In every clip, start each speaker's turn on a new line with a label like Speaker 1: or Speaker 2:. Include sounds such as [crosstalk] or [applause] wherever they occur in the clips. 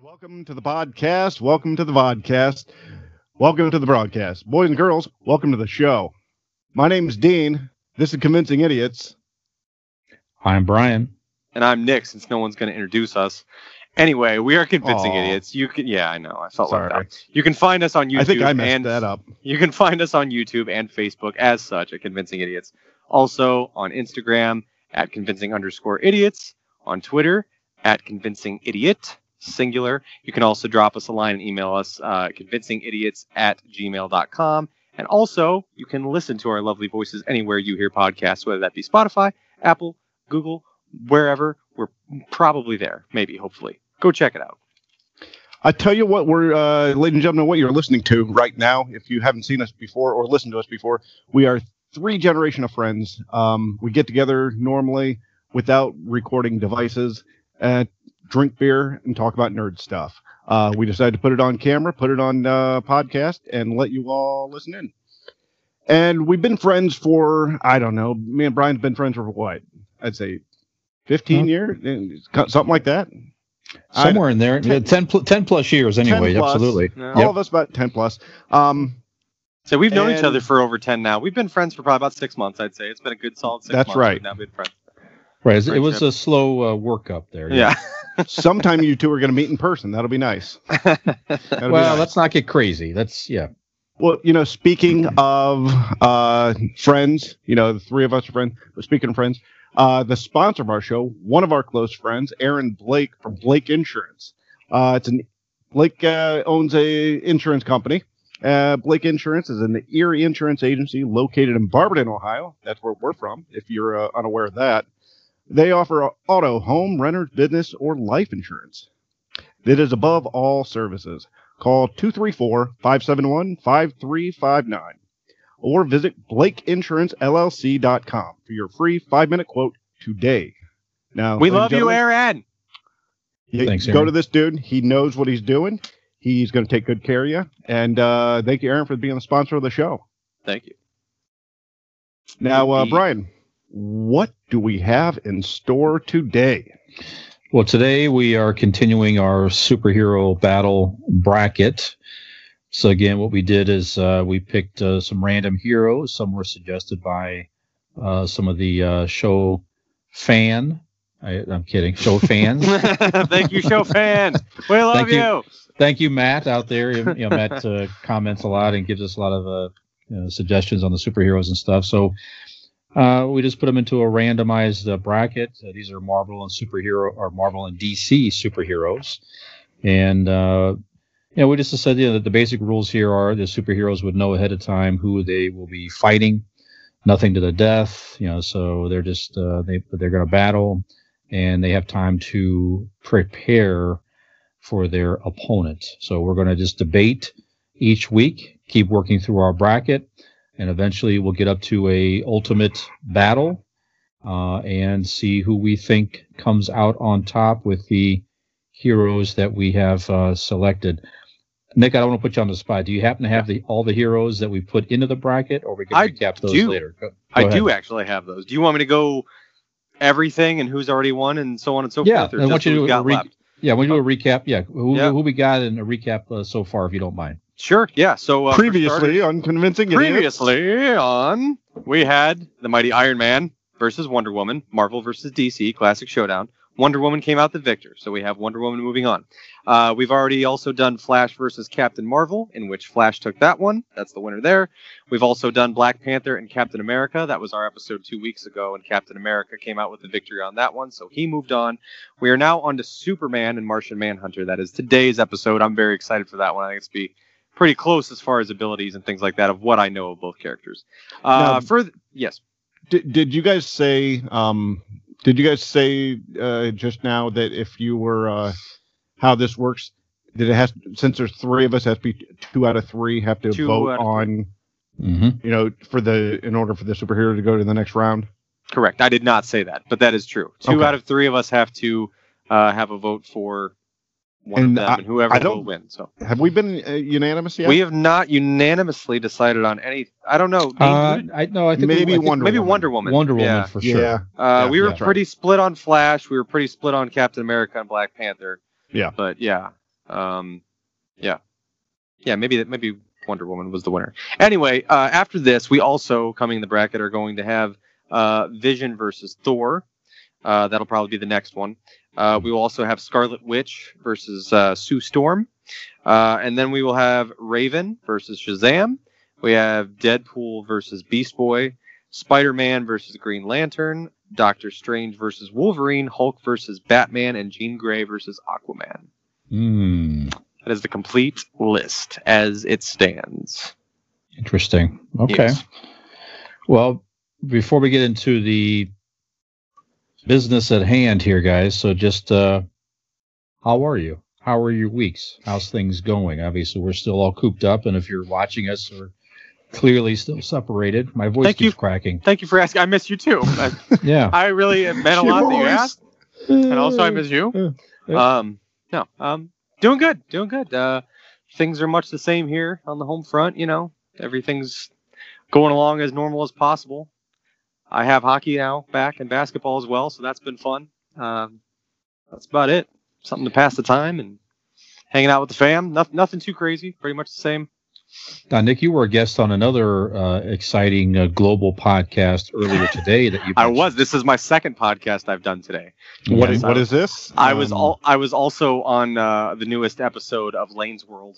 Speaker 1: Welcome to the podcast. Welcome to the vodcast. Welcome to the broadcast. Boys and girls, welcome to the show. My name's Dean. This is Convincing Idiots.
Speaker 2: I'm Brian.
Speaker 3: and I'm Nick since no one's going to introduce us. Anyway, we are convincing
Speaker 1: Aw.
Speaker 3: idiots. You can, yeah, I know. I felt
Speaker 1: Sorry.
Speaker 3: like that. You can find us on YouTube
Speaker 1: I think I messed
Speaker 3: and
Speaker 1: that up.
Speaker 3: you can find us on YouTube and Facebook as such at Convincing Idiots. Also on Instagram at convincing underscore idiots, on Twitter at convincing idiot singular. You can also drop us a line and email us uh, convincingidiots at gmail.com. And also, you can listen to our lovely voices anywhere you hear podcasts, whether that be Spotify, Apple, Google, wherever. We're probably there, maybe, hopefully. Go check it out.
Speaker 1: I tell you what, we're, uh, ladies and gentlemen, what you're listening to right now, if you haven't seen us before or listened to us before, we are three generation of friends. Um, we get together normally without recording devices, uh, drink beer, and talk about nerd stuff. Uh, we decided to put it on camera, put it on uh, podcast, and let you all listen in. And we've been friends for, I don't know, me and Brian's been friends for what? I'd say 15 years, eh, something like that. I-
Speaker 2: Somewhere in there,
Speaker 1: Ten-
Speaker 2: ten, 10, pl- 10 plus years anyway.
Speaker 1: plus.
Speaker 2: Absolutely.
Speaker 3: No.
Speaker 1: all of us about 10 plus um
Speaker 3: So we've known each
Speaker 1: And-
Speaker 3: other for over ten now. We've been friends for probably about six months, I'd say. It's been a good solid six
Speaker 1: That's
Speaker 3: months.
Speaker 1: right.
Speaker 3: We've now been friends.
Speaker 2: Right. it's- It was
Speaker 3: Friendship.
Speaker 2: a slow uh, workup there.
Speaker 3: Yeah.
Speaker 1: sometime you two are going to meet in person that'll be nice That'll be
Speaker 2: Well,
Speaker 1: nice.
Speaker 2: let's not get crazy. That's yeah.
Speaker 1: well you know speaking of uh friends you know the three of us are friends but speaking of friends uh the sponsor of our show one of our close friends aaron blake from blake insurance uh it's an blake uh, owns a insurance company uh, Blake Insurance is an Erie insurance agency located in Barberton, Ohio. That's where we're from, if you're uh, unaware of that. They offer auto, home, renters, business, or life insurance that is above all services. Call 234 571 5359 or visit blakeinsuranceLLC.com for your free five minute quote today. Now,
Speaker 3: we
Speaker 1: ladies and
Speaker 3: love you,
Speaker 1: gentlemen,
Speaker 3: Aaron.
Speaker 1: you
Speaker 2: Thanks,
Speaker 1: go
Speaker 2: Aaron.
Speaker 1: to this dude. He knows what he's doing. He's going to take good care of you. And uh, thank you, Aaron, for being the sponsor of the show.
Speaker 3: Thank you.
Speaker 1: Now, uh,
Speaker 3: Indeed.
Speaker 1: Brian, what do we have in store today?
Speaker 2: Well, today we are continuing our superhero battle bracket. So again, what we did is uh, we picked uh, some random heroes. Some were suggested by uh, some of the uh, show fan. I, I'm kidding.
Speaker 1: [laughs]
Speaker 2: Show
Speaker 3: [laughs]
Speaker 2: fans.
Speaker 3: Thank you, show fans. We love
Speaker 2: Thank
Speaker 3: you.
Speaker 2: you. thank you, Matt, out there. You know, Matt uh, comments a lot and gives us a lot of uh, you know, suggestions on the superheroes and stuff. So uh, we just put them into a randomized uh, bracket. Uh, these are Marvel and superhero or Marvel and DC superheroes, and uh, you know, we just said you know, that the basic rules here are the superheroes would know ahead of time who they will be fighting. Nothing to the death, you know. So they're just uh, they they're going to battle, and they have time to prepare for their opponent. So we're going to just debate each week, keep working through our bracket, and eventually we'll get up to a ultimate battle uh, and see who we think comes out on top with the heroes that we have uh, selected. Nick, I don't want to put you on the spot. Do you happen to have the all the heroes that we put into the bracket, or we can
Speaker 3: I
Speaker 2: recap those
Speaker 3: do.
Speaker 2: later? Go- go
Speaker 3: I
Speaker 2: ahead.
Speaker 3: do actually have those. Do you want me to go everything and who's already won and so on and so
Speaker 2: Yeah,
Speaker 3: forth? or
Speaker 2: I want
Speaker 3: just
Speaker 2: you
Speaker 3: what
Speaker 2: to
Speaker 3: we've
Speaker 2: do a
Speaker 3: got
Speaker 2: re-
Speaker 3: left?
Speaker 2: Yeah, we do a recap. Yeah, who,
Speaker 3: Oh. Yeah.
Speaker 2: who we got in a recap uh, so far, if you don't mind.
Speaker 3: Sure. Yeah. So uh, for
Speaker 1: previously
Speaker 3: starters-
Speaker 1: on Convincing Idiots.
Speaker 3: previously on, we had the mighty Iron Man versus Wonder Woman, Marvel versus DC, classic showdown. Wonder Woman came out the victor, so we have Wonder Woman moving on. Uh, we've already also done Flash versus Captain Marvel, in which Flash took that one. That's the winner there. We've also done Black Panther and Captain America. That was our episode two weeks ago, and Captain America came out with the victory on that one, so he moved on. We are now on to Superman and Martian Manhunter. That is today's episode. I'm very excited for that one. I think it's be pretty close as far as abilities and things like that of what I know of both characters. Uh,
Speaker 1: Now-
Speaker 3: for th- yes,
Speaker 1: Did, did you guys say? Um, did you guys say uh, just now that if you were uh, how this works, that it has since there's three of us, has to be two out of three have to
Speaker 3: Two
Speaker 1: vote
Speaker 3: out of
Speaker 1: on
Speaker 2: Mm-hmm.
Speaker 1: you know for the in order for the superhero to go to the next round.
Speaker 3: correct. I did not say that, but that is true. Two
Speaker 1: Okay.
Speaker 3: out of three of us have to uh, have a vote for one
Speaker 1: And
Speaker 3: of them,
Speaker 1: I-
Speaker 3: and whoever
Speaker 1: I
Speaker 3: will
Speaker 1: don't-
Speaker 3: win. So
Speaker 1: Have we been uh, unanimous yet?
Speaker 3: we have not unanimously decided on any. I don't know.
Speaker 2: Uh,
Speaker 3: Dean, who did-
Speaker 2: I no, I think
Speaker 1: Maybe
Speaker 2: we, I think
Speaker 1: Wonder
Speaker 3: maybe
Speaker 1: Woman.
Speaker 3: Wonder Woman.
Speaker 2: Wonder Woman
Speaker 3: Yeah.
Speaker 2: for
Speaker 1: yeah,
Speaker 2: sure.
Speaker 3: Uh,
Speaker 1: Yeah,
Speaker 3: we were
Speaker 1: that's right.
Speaker 3: pretty split on Flash. We were pretty split on Captain America and Black Panther.
Speaker 1: Yeah.
Speaker 3: But yeah, Um, yeah, yeah, maybe that maybe Wonder Woman was the winner. Anyway, uh, after this, we also coming in the bracket are going to have uh, Vision versus Thor. Uh, that'll probably be the next one. Uh, we will also have Scarlet Witch versus uh, Sue Storm, uh, and then we will have Raven versus Shazam. We have Deadpool versus Beast Boy, Spider Man versus Green Lantern, Doctor Strange versus Wolverine, Hulk versus Batman, and Jean Grey versus Aquaman.
Speaker 2: Hmm.
Speaker 3: That is the complete list as it stands.
Speaker 2: Interesting. Okay.
Speaker 3: Yes.
Speaker 2: Well, before we get into the business at hand here, guys, so just uh, how are you? How are your weeks? How's things going? Obviously, we're still all cooped up, and if you're watching us, we're clearly still separated. My voice
Speaker 3: Thank you.
Speaker 2: keeps
Speaker 3: [laughs]
Speaker 2: cracking.
Speaker 3: Thank you for asking. I miss you too. I,
Speaker 2: Yeah.
Speaker 3: I really it meant a lot that you asked, and also I miss you.
Speaker 2: Yeah.
Speaker 3: Um, no, um, doing good, doing good. Uh, things are much the same here on the home front. You know, everything's going along as normal as possible. I have hockey now back and basketball as well, so that's been fun. Um, that's about it. Something to pass the time and hanging out with the fam. Nothing, nothing too crazy. Pretty much the same.
Speaker 2: Now, Uh, Nick, you were a guest on another uh, exciting uh, global podcast earlier today that you.
Speaker 3: [laughs] I was. This is my second podcast I've done today.
Speaker 1: What
Speaker 2: Yeah.
Speaker 1: is, what is this?
Speaker 3: I was
Speaker 1: Um,
Speaker 3: all I was also on uh, the newest episode of Lane's World.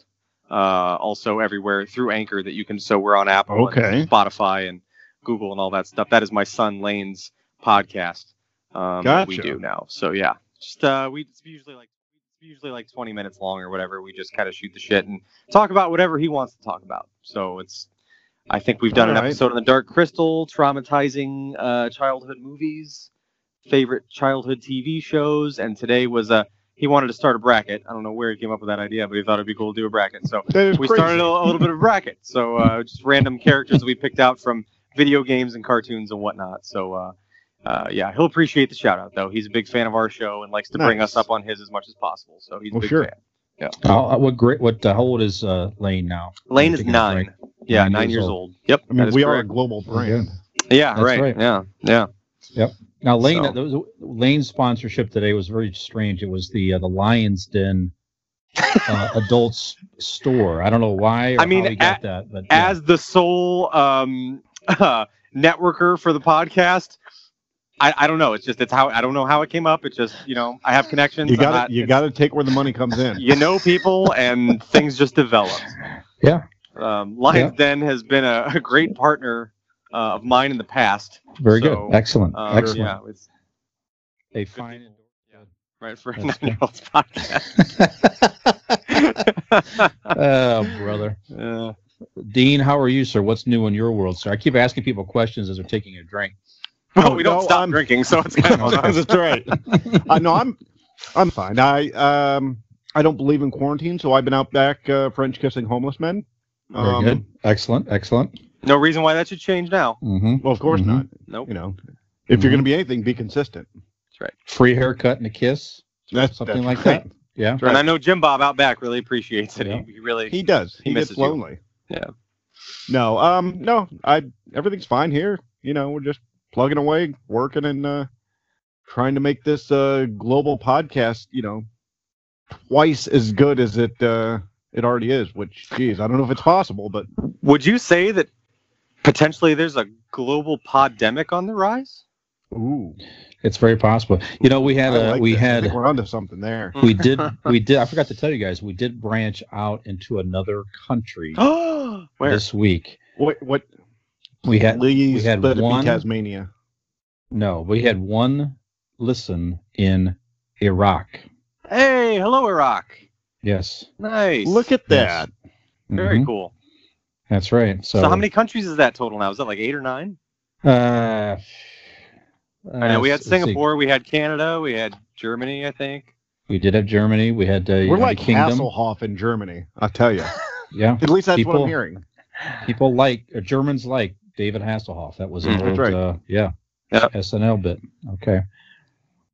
Speaker 3: Uh, also everywhere through Anchor that you can. So we're on Apple, and
Speaker 1: Okay.
Speaker 3: Spotify, and Google, and all that stuff. That is my son Lane's podcast. Um, that We
Speaker 1: Gotcha.
Speaker 3: do now. So yeah, just uh, we it's usually like it's usually like 20 minutes long or whatever. We just kind of shoot the shit and talk about whatever he wants to talk about. So it's. I think we've done an
Speaker 1: Alright.
Speaker 3: episode on the Dark Crystal, traumatizing uh, childhood movies favorite childhood TV shows, and today was Uh, he wanted to start a bracket. I don't know where he came up with that idea, but he thought it'd be cool to do a bracket.
Speaker 1: [laughs]
Speaker 3: So
Speaker 1: that is
Speaker 3: we
Speaker 1: crazy.
Speaker 3: started a, a little bit of bracket. So uh, just random characters we picked out from video games and cartoons and whatnot. So uh, uh, yeah, he'll appreciate the shout out though. He's a big fan of our show and likes to bring
Speaker 1: Nice.
Speaker 3: us up on his as much as possible. So he's a
Speaker 1: Well,
Speaker 3: big
Speaker 1: sure.
Speaker 3: fan.
Speaker 2: How, what great? What? Uh, how old is uh, Lane now?
Speaker 3: Lane is
Speaker 2: Taking a break.
Speaker 3: nine. Yeah,
Speaker 2: Nine
Speaker 3: nine,
Speaker 2: years
Speaker 3: years
Speaker 2: old.
Speaker 3: old. Yep.
Speaker 1: I
Speaker 3: that
Speaker 1: mean,
Speaker 3: is
Speaker 1: we are a
Speaker 3: correct.
Speaker 1: global brand.
Speaker 3: Yeah.
Speaker 2: That's
Speaker 3: Right.
Speaker 2: right.
Speaker 3: Yeah. Yeah.
Speaker 2: Now, Lane,
Speaker 3: So-
Speaker 2: that was, Lane's sponsorship today was very strange. It was the uh, the Lions Den
Speaker 3: [laughs]
Speaker 2: uh, adults store. I don't know why. Or
Speaker 3: I mean,
Speaker 2: how he got that, but yeah.
Speaker 3: as the sole um, [laughs] networker for the podcast. I, I don't know. It's just it's how I don't know how it came up. It's just you know I have connections.
Speaker 1: You
Speaker 3: I'm
Speaker 1: got
Speaker 3: not-
Speaker 1: to you
Speaker 3: it's-
Speaker 1: got to take where the money comes
Speaker 3: [laughs]
Speaker 1: in.
Speaker 3: you know people and things just developed.
Speaker 2: Yeah.
Speaker 3: Um, Lions Den has been a, a great partner uh, of mine in the past.
Speaker 2: very
Speaker 3: so,
Speaker 2: good, excellent,
Speaker 3: Uh,
Speaker 2: excellent.
Speaker 3: Yeah, it's
Speaker 2: They find
Speaker 3: right for a
Speaker 2: That's good.
Speaker 3: nine-year-old's [laughs] podcast.
Speaker 2: [laughs] oh, brother,
Speaker 3: Uh,
Speaker 2: Dean, how are you, sir? What's new in your world, sir? I keep asking people questions as they're taking a drink.
Speaker 3: well, we don't
Speaker 1: no,
Speaker 3: stop
Speaker 1: I'm-
Speaker 3: drinking, so it's kind of
Speaker 1: [laughs]
Speaker 3: on
Speaker 1: [laughs]
Speaker 3: us.
Speaker 1: That's
Speaker 3: [laughs]
Speaker 1: right. I know I'm I'm fine. I um I don't believe in quarantine, so I've been out back uh, French kissing homeless men.
Speaker 2: Very
Speaker 1: Um,
Speaker 2: good, excellent, excellent.
Speaker 3: No reason why that should change now.
Speaker 2: hmm
Speaker 1: Well, of course
Speaker 2: Mhm.
Speaker 1: not.
Speaker 3: Nope.
Speaker 1: You know, if you're
Speaker 3: Mm-hmm.
Speaker 1: going to be anything, be consistent.
Speaker 2: Free haircut and a kiss,
Speaker 1: That's
Speaker 2: something
Speaker 1: that's
Speaker 2: like
Speaker 1: right.
Speaker 2: that. Yeah.
Speaker 1: Right.
Speaker 3: And I know Jim Bob out back really appreciates it.
Speaker 2: Yeah.
Speaker 3: He, he really
Speaker 1: He does.
Speaker 3: He
Speaker 1: He,
Speaker 3: misses
Speaker 1: gets
Speaker 3: you.
Speaker 1: lonely.
Speaker 3: Yeah.
Speaker 1: No. Um. No. I. Everything's fine here. You know, we're just plugging away, working, and uh, trying to make this uh, global podcast. You know, twice as good as it uh, it already is. Which, geez, I don't know if it's possible, but
Speaker 3: Would you say that potentially there's a global pandemic on the rise?
Speaker 1: ooh,
Speaker 2: It's very possible. You know, we had
Speaker 1: I
Speaker 2: a
Speaker 1: like
Speaker 2: we
Speaker 1: this. I
Speaker 3: [laughs]
Speaker 2: had
Speaker 1: think we're onto something there.
Speaker 2: we did we did i forgot to tell you guys we did branch out into another country
Speaker 3: Oh, where?
Speaker 2: this week
Speaker 1: What? What?
Speaker 2: we had
Speaker 1: Please,
Speaker 2: we had
Speaker 1: let it
Speaker 2: one-
Speaker 1: be Tasmania.
Speaker 2: no we had one listen in iraq
Speaker 3: Hey, hello, Iraq.
Speaker 2: yes
Speaker 3: Nice.
Speaker 1: Look at
Speaker 2: Yes.
Speaker 1: that.
Speaker 3: very
Speaker 2: Mhm.
Speaker 3: cool.
Speaker 2: that's right so,
Speaker 3: So, how many countries is that total now? Is that like eight or nine?
Speaker 2: uh,
Speaker 3: I know we
Speaker 2: uh,
Speaker 3: had
Speaker 2: let's see.
Speaker 3: Singapore, we had Canada, we had Germany, I think.
Speaker 2: we did have germany we had uh,
Speaker 1: We're
Speaker 2: United
Speaker 1: like
Speaker 2: kingdom
Speaker 1: Hasselhoff in Germany. I tell you.
Speaker 2: yeah
Speaker 1: At least that's what
Speaker 2: People-
Speaker 1: I'm hearing.
Speaker 2: people like uh, germans like david hasselhoff that was
Speaker 3: Mm,
Speaker 2: an
Speaker 3: that's
Speaker 2: old
Speaker 1: right.
Speaker 2: uh, yeah
Speaker 3: Yeah.
Speaker 2: snl bit okay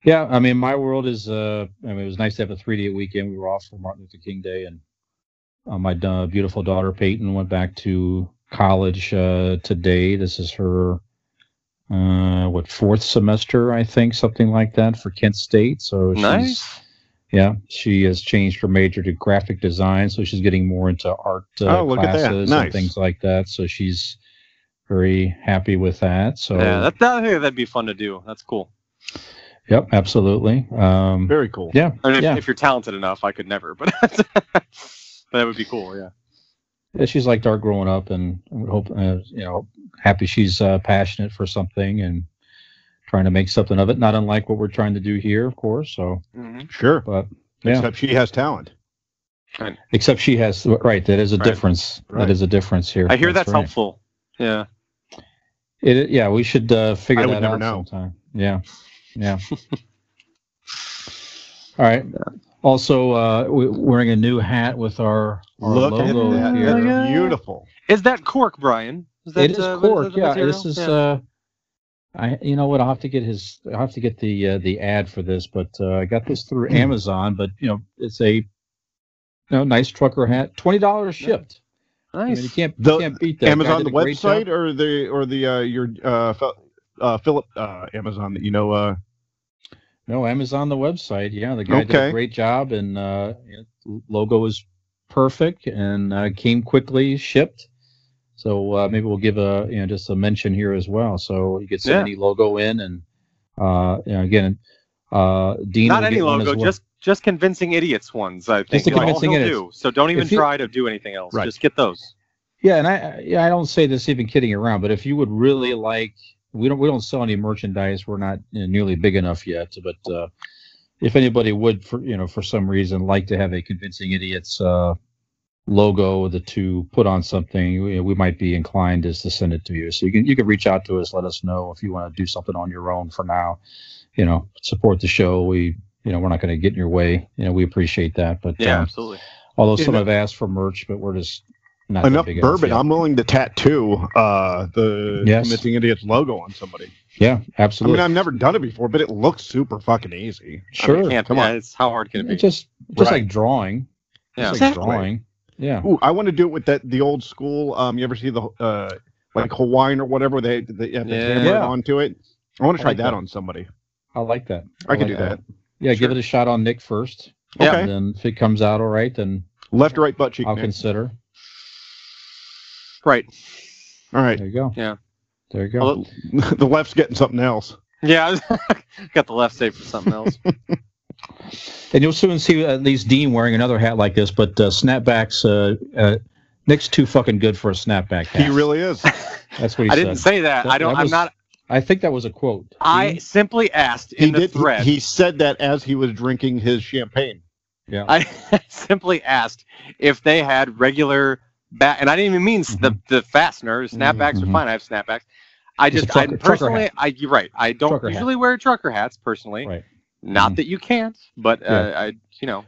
Speaker 2: yeah i mean my world is uh i mean it was nice to have a three day weekend we were off for martin luther king day and uh, my da- beautiful daughter peyton went back to college uh, today this is her uh what fourth semester i think something like that for kent state so she's
Speaker 3: Nice.
Speaker 2: Yeah, she has changed her major to graphic design, so she's getting more into art uh,
Speaker 1: Oh, look at that.
Speaker 2: classes
Speaker 1: Nice.
Speaker 2: and things like that. So she's very happy with that. So
Speaker 3: Yeah, that, that, I think that'd be fun to do. That's cool.
Speaker 2: yep, absolutely. Um,
Speaker 1: Very cool.
Speaker 2: yeah,
Speaker 3: I mean, if,
Speaker 2: Yeah.
Speaker 3: if you're talented enough, I could never, but [laughs] that would be cool. Yeah.
Speaker 2: yeah, she's like Dark growing up, and I would hope uh, you know happy she's uh, passionate for something and trying to make something of it. Not unlike what we're trying to do here, of course. So,
Speaker 3: hmm
Speaker 1: Sure.
Speaker 2: but yeah,
Speaker 1: Except she has talent.
Speaker 2: except she has right. That is a
Speaker 3: Right.
Speaker 2: difference.
Speaker 1: Right.
Speaker 2: That is a difference here.
Speaker 3: I hear that's,
Speaker 2: right.
Speaker 3: helpful. Yeah.
Speaker 2: It, yeah, we should uh, figure
Speaker 1: I
Speaker 2: that
Speaker 1: would never
Speaker 2: out
Speaker 1: know.
Speaker 2: sometime. Yeah, yeah. All right. Also, uh, we wearing a new hat with our, our
Speaker 1: Look at
Speaker 2: logo
Speaker 1: that.
Speaker 2: here.
Speaker 1: That's
Speaker 3: Yeah.
Speaker 1: beautiful.
Speaker 3: Is that cork, Brian? Is that,
Speaker 2: it is
Speaker 3: uh, what
Speaker 2: cork.
Speaker 3: that
Speaker 2: yeah,
Speaker 3: material?
Speaker 2: this is.
Speaker 3: Yeah.
Speaker 2: Uh, I you know what? I'll have to get his. I'll have to get the uh, the ad for this, but uh, I got this through
Speaker 1: Hmm.
Speaker 2: Amazon. But you know, it's a you know, nice trucker hat. Twenty dollars shipped. I mean, you
Speaker 3: nice.
Speaker 2: can't you
Speaker 1: The-
Speaker 2: can't beat that. Guy
Speaker 1: Amazon
Speaker 2: did
Speaker 1: the
Speaker 2: a great job.
Speaker 1: website or the or the uh, your uh, fel- uh, Philip uh, Amazon that you know. Uh,
Speaker 2: No, Amazon the website. Yeah, the guy did
Speaker 1: Okay.
Speaker 2: a great job, and uh, you know, logo is perfect and uh, came quickly, shipped. So uh, maybe we'll give a you know just a mention here as well. So you could send
Speaker 3: Yeah.
Speaker 2: any logo in, and uh, you know, again, uh, Dean
Speaker 3: Not
Speaker 2: will
Speaker 3: any
Speaker 2: get one as
Speaker 3: logo,
Speaker 2: well.
Speaker 3: just just convincing idiots ones. I think
Speaker 2: the
Speaker 3: is all
Speaker 2: convincing
Speaker 3: he'll
Speaker 2: idiots.
Speaker 3: do. So don't even
Speaker 2: If you-
Speaker 3: try to do anything else.
Speaker 1: Right.
Speaker 3: Just get those.
Speaker 2: Yeah, and I I- yeah, I don't say this even kidding around, but if you would really like, we don't we don't sell any merchandise. We're not you know, nearly big enough yet, but uh, if anybody would for you know for some reason like to have a convincing idiots uh, logo the to put on something, we, we might be inclined is to send it to you. So you can you can reach out to us, let us know if you want to do something on your own for now. You know, support the show. We you know we're not going to get in your way. You know, we appreciate that, but
Speaker 3: Yeah,
Speaker 2: um,
Speaker 3: absolutely.
Speaker 2: although
Speaker 1: You
Speaker 2: some
Speaker 1: know-
Speaker 2: have asked for merch, but we're just not that
Speaker 1: enough
Speaker 2: big
Speaker 1: bourbon.
Speaker 2: yet.
Speaker 1: I'm willing to tattoo uh, the
Speaker 2: Yes.
Speaker 1: Missing Idiots logo on somebody. I
Speaker 2: Yeah,
Speaker 1: mean,
Speaker 2: absolutely.
Speaker 1: I've never done it before, but it looks super fucking easy.
Speaker 3: I mean,
Speaker 2: sure.
Speaker 3: can't-
Speaker 1: come
Speaker 3: yeah,
Speaker 1: on.
Speaker 3: It's how hard can it be?
Speaker 2: It's just just
Speaker 1: Right.
Speaker 2: like drawing.
Speaker 3: yeah.
Speaker 2: Just like
Speaker 1: Exactly.
Speaker 2: drawing. Yeah.
Speaker 1: Ooh, I want to do it with that the old school. Um, you ever see the uh, like Hawaiian or whatever they they have the
Speaker 3: Yeah.
Speaker 1: hammer
Speaker 2: Yeah.
Speaker 1: onto it. I want
Speaker 2: I
Speaker 1: to try
Speaker 2: like
Speaker 1: that,
Speaker 2: that.
Speaker 1: on somebody.
Speaker 2: I like that.
Speaker 1: I, can
Speaker 2: like
Speaker 1: do that.
Speaker 2: Yeah, give
Speaker 1: Sure.
Speaker 2: it a shot on Nick first.
Speaker 3: Yeah.
Speaker 1: Okay,
Speaker 2: And then if it comes out all right, then
Speaker 1: left or right butt cheek.
Speaker 2: I'll
Speaker 1: Nick.
Speaker 2: consider.
Speaker 3: Right.
Speaker 1: All right,
Speaker 2: There you go.
Speaker 3: Yeah.
Speaker 2: There you go.
Speaker 3: Although-
Speaker 1: [laughs] the left's getting something else.
Speaker 3: Yeah. [laughs] Got the left saved for something else.
Speaker 2: And you'll soon see at least Dean wearing another hat like this, but uh, snapbacks, uh, uh, Nick's too fucking good for a snapback hat.
Speaker 1: He really
Speaker 3: [laughs]
Speaker 1: is.
Speaker 2: That's what [laughs] he
Speaker 3: I
Speaker 2: said.
Speaker 3: didn't say that.
Speaker 2: That-
Speaker 3: I don't.
Speaker 2: that
Speaker 3: I'm
Speaker 2: was-
Speaker 3: not.
Speaker 2: I think that was a quote.
Speaker 3: I
Speaker 2: Dean?
Speaker 3: simply asked
Speaker 1: he
Speaker 3: in the
Speaker 1: did. he-
Speaker 3: thread.
Speaker 1: He said that as he was drinking his champagne.
Speaker 2: Yeah.
Speaker 3: I [laughs] simply asked if they had regular bat, and I didn't even mean s the, the fasteners. Snapbacks are
Speaker 2: Mhm.
Speaker 3: fine. I have snapbacks. I
Speaker 2: Just
Speaker 3: just,
Speaker 2: Mm-hmm.
Speaker 3: I
Speaker 2: a trucker- trucker
Speaker 3: personally,
Speaker 2: hat.
Speaker 3: I you're right. I don't
Speaker 2: Trucker hat.
Speaker 3: usually wear trucker hats personally.
Speaker 2: Right.
Speaker 3: Not
Speaker 2: Mhm.
Speaker 3: that you can't, but uh,
Speaker 2: Yeah.
Speaker 3: I, you know,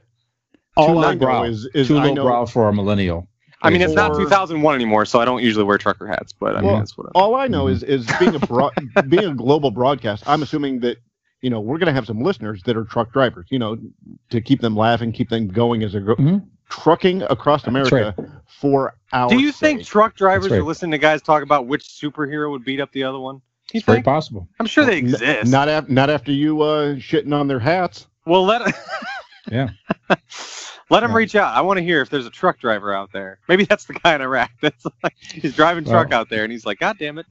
Speaker 1: All I
Speaker 2: low brow.
Speaker 1: know is, is
Speaker 2: Too
Speaker 1: I
Speaker 2: low
Speaker 1: know
Speaker 2: brow for a millennial.
Speaker 3: I mean, it's not
Speaker 1: Or-
Speaker 3: 2001 anymore, so I don't usually wear trucker hats. But I mean,
Speaker 1: Well,
Speaker 3: that's what. I,
Speaker 1: all I know
Speaker 3: Mm-hmm.
Speaker 1: is is being a
Speaker 3: [laughs]
Speaker 1: broad, being a global broadcast. I'm assuming that you know we're going to have some listeners that are truck drivers. You know, to keep them laughing, keep them going as they're go-
Speaker 2: Mhm.
Speaker 1: trucking across
Speaker 2: That's
Speaker 1: America for hours.
Speaker 3: Mm-hmm. Do you think truck drivers
Speaker 2: right.
Speaker 3: are listening to guys talk about which superhero would beat up the other one? You
Speaker 2: It's very
Speaker 3: think?
Speaker 2: possible.
Speaker 3: I'm sure they exist.
Speaker 1: not af- not after you uh, shitting on their hats?
Speaker 3: Well, let
Speaker 2: Yeah.
Speaker 3: [laughs] let him
Speaker 2: Yeah.
Speaker 3: reach out. I want to hear if there's a truck driver out there. Maybe that's the guy in Iraq. [laughs] That's like he's driving truck out there, and he's like, "God damn it,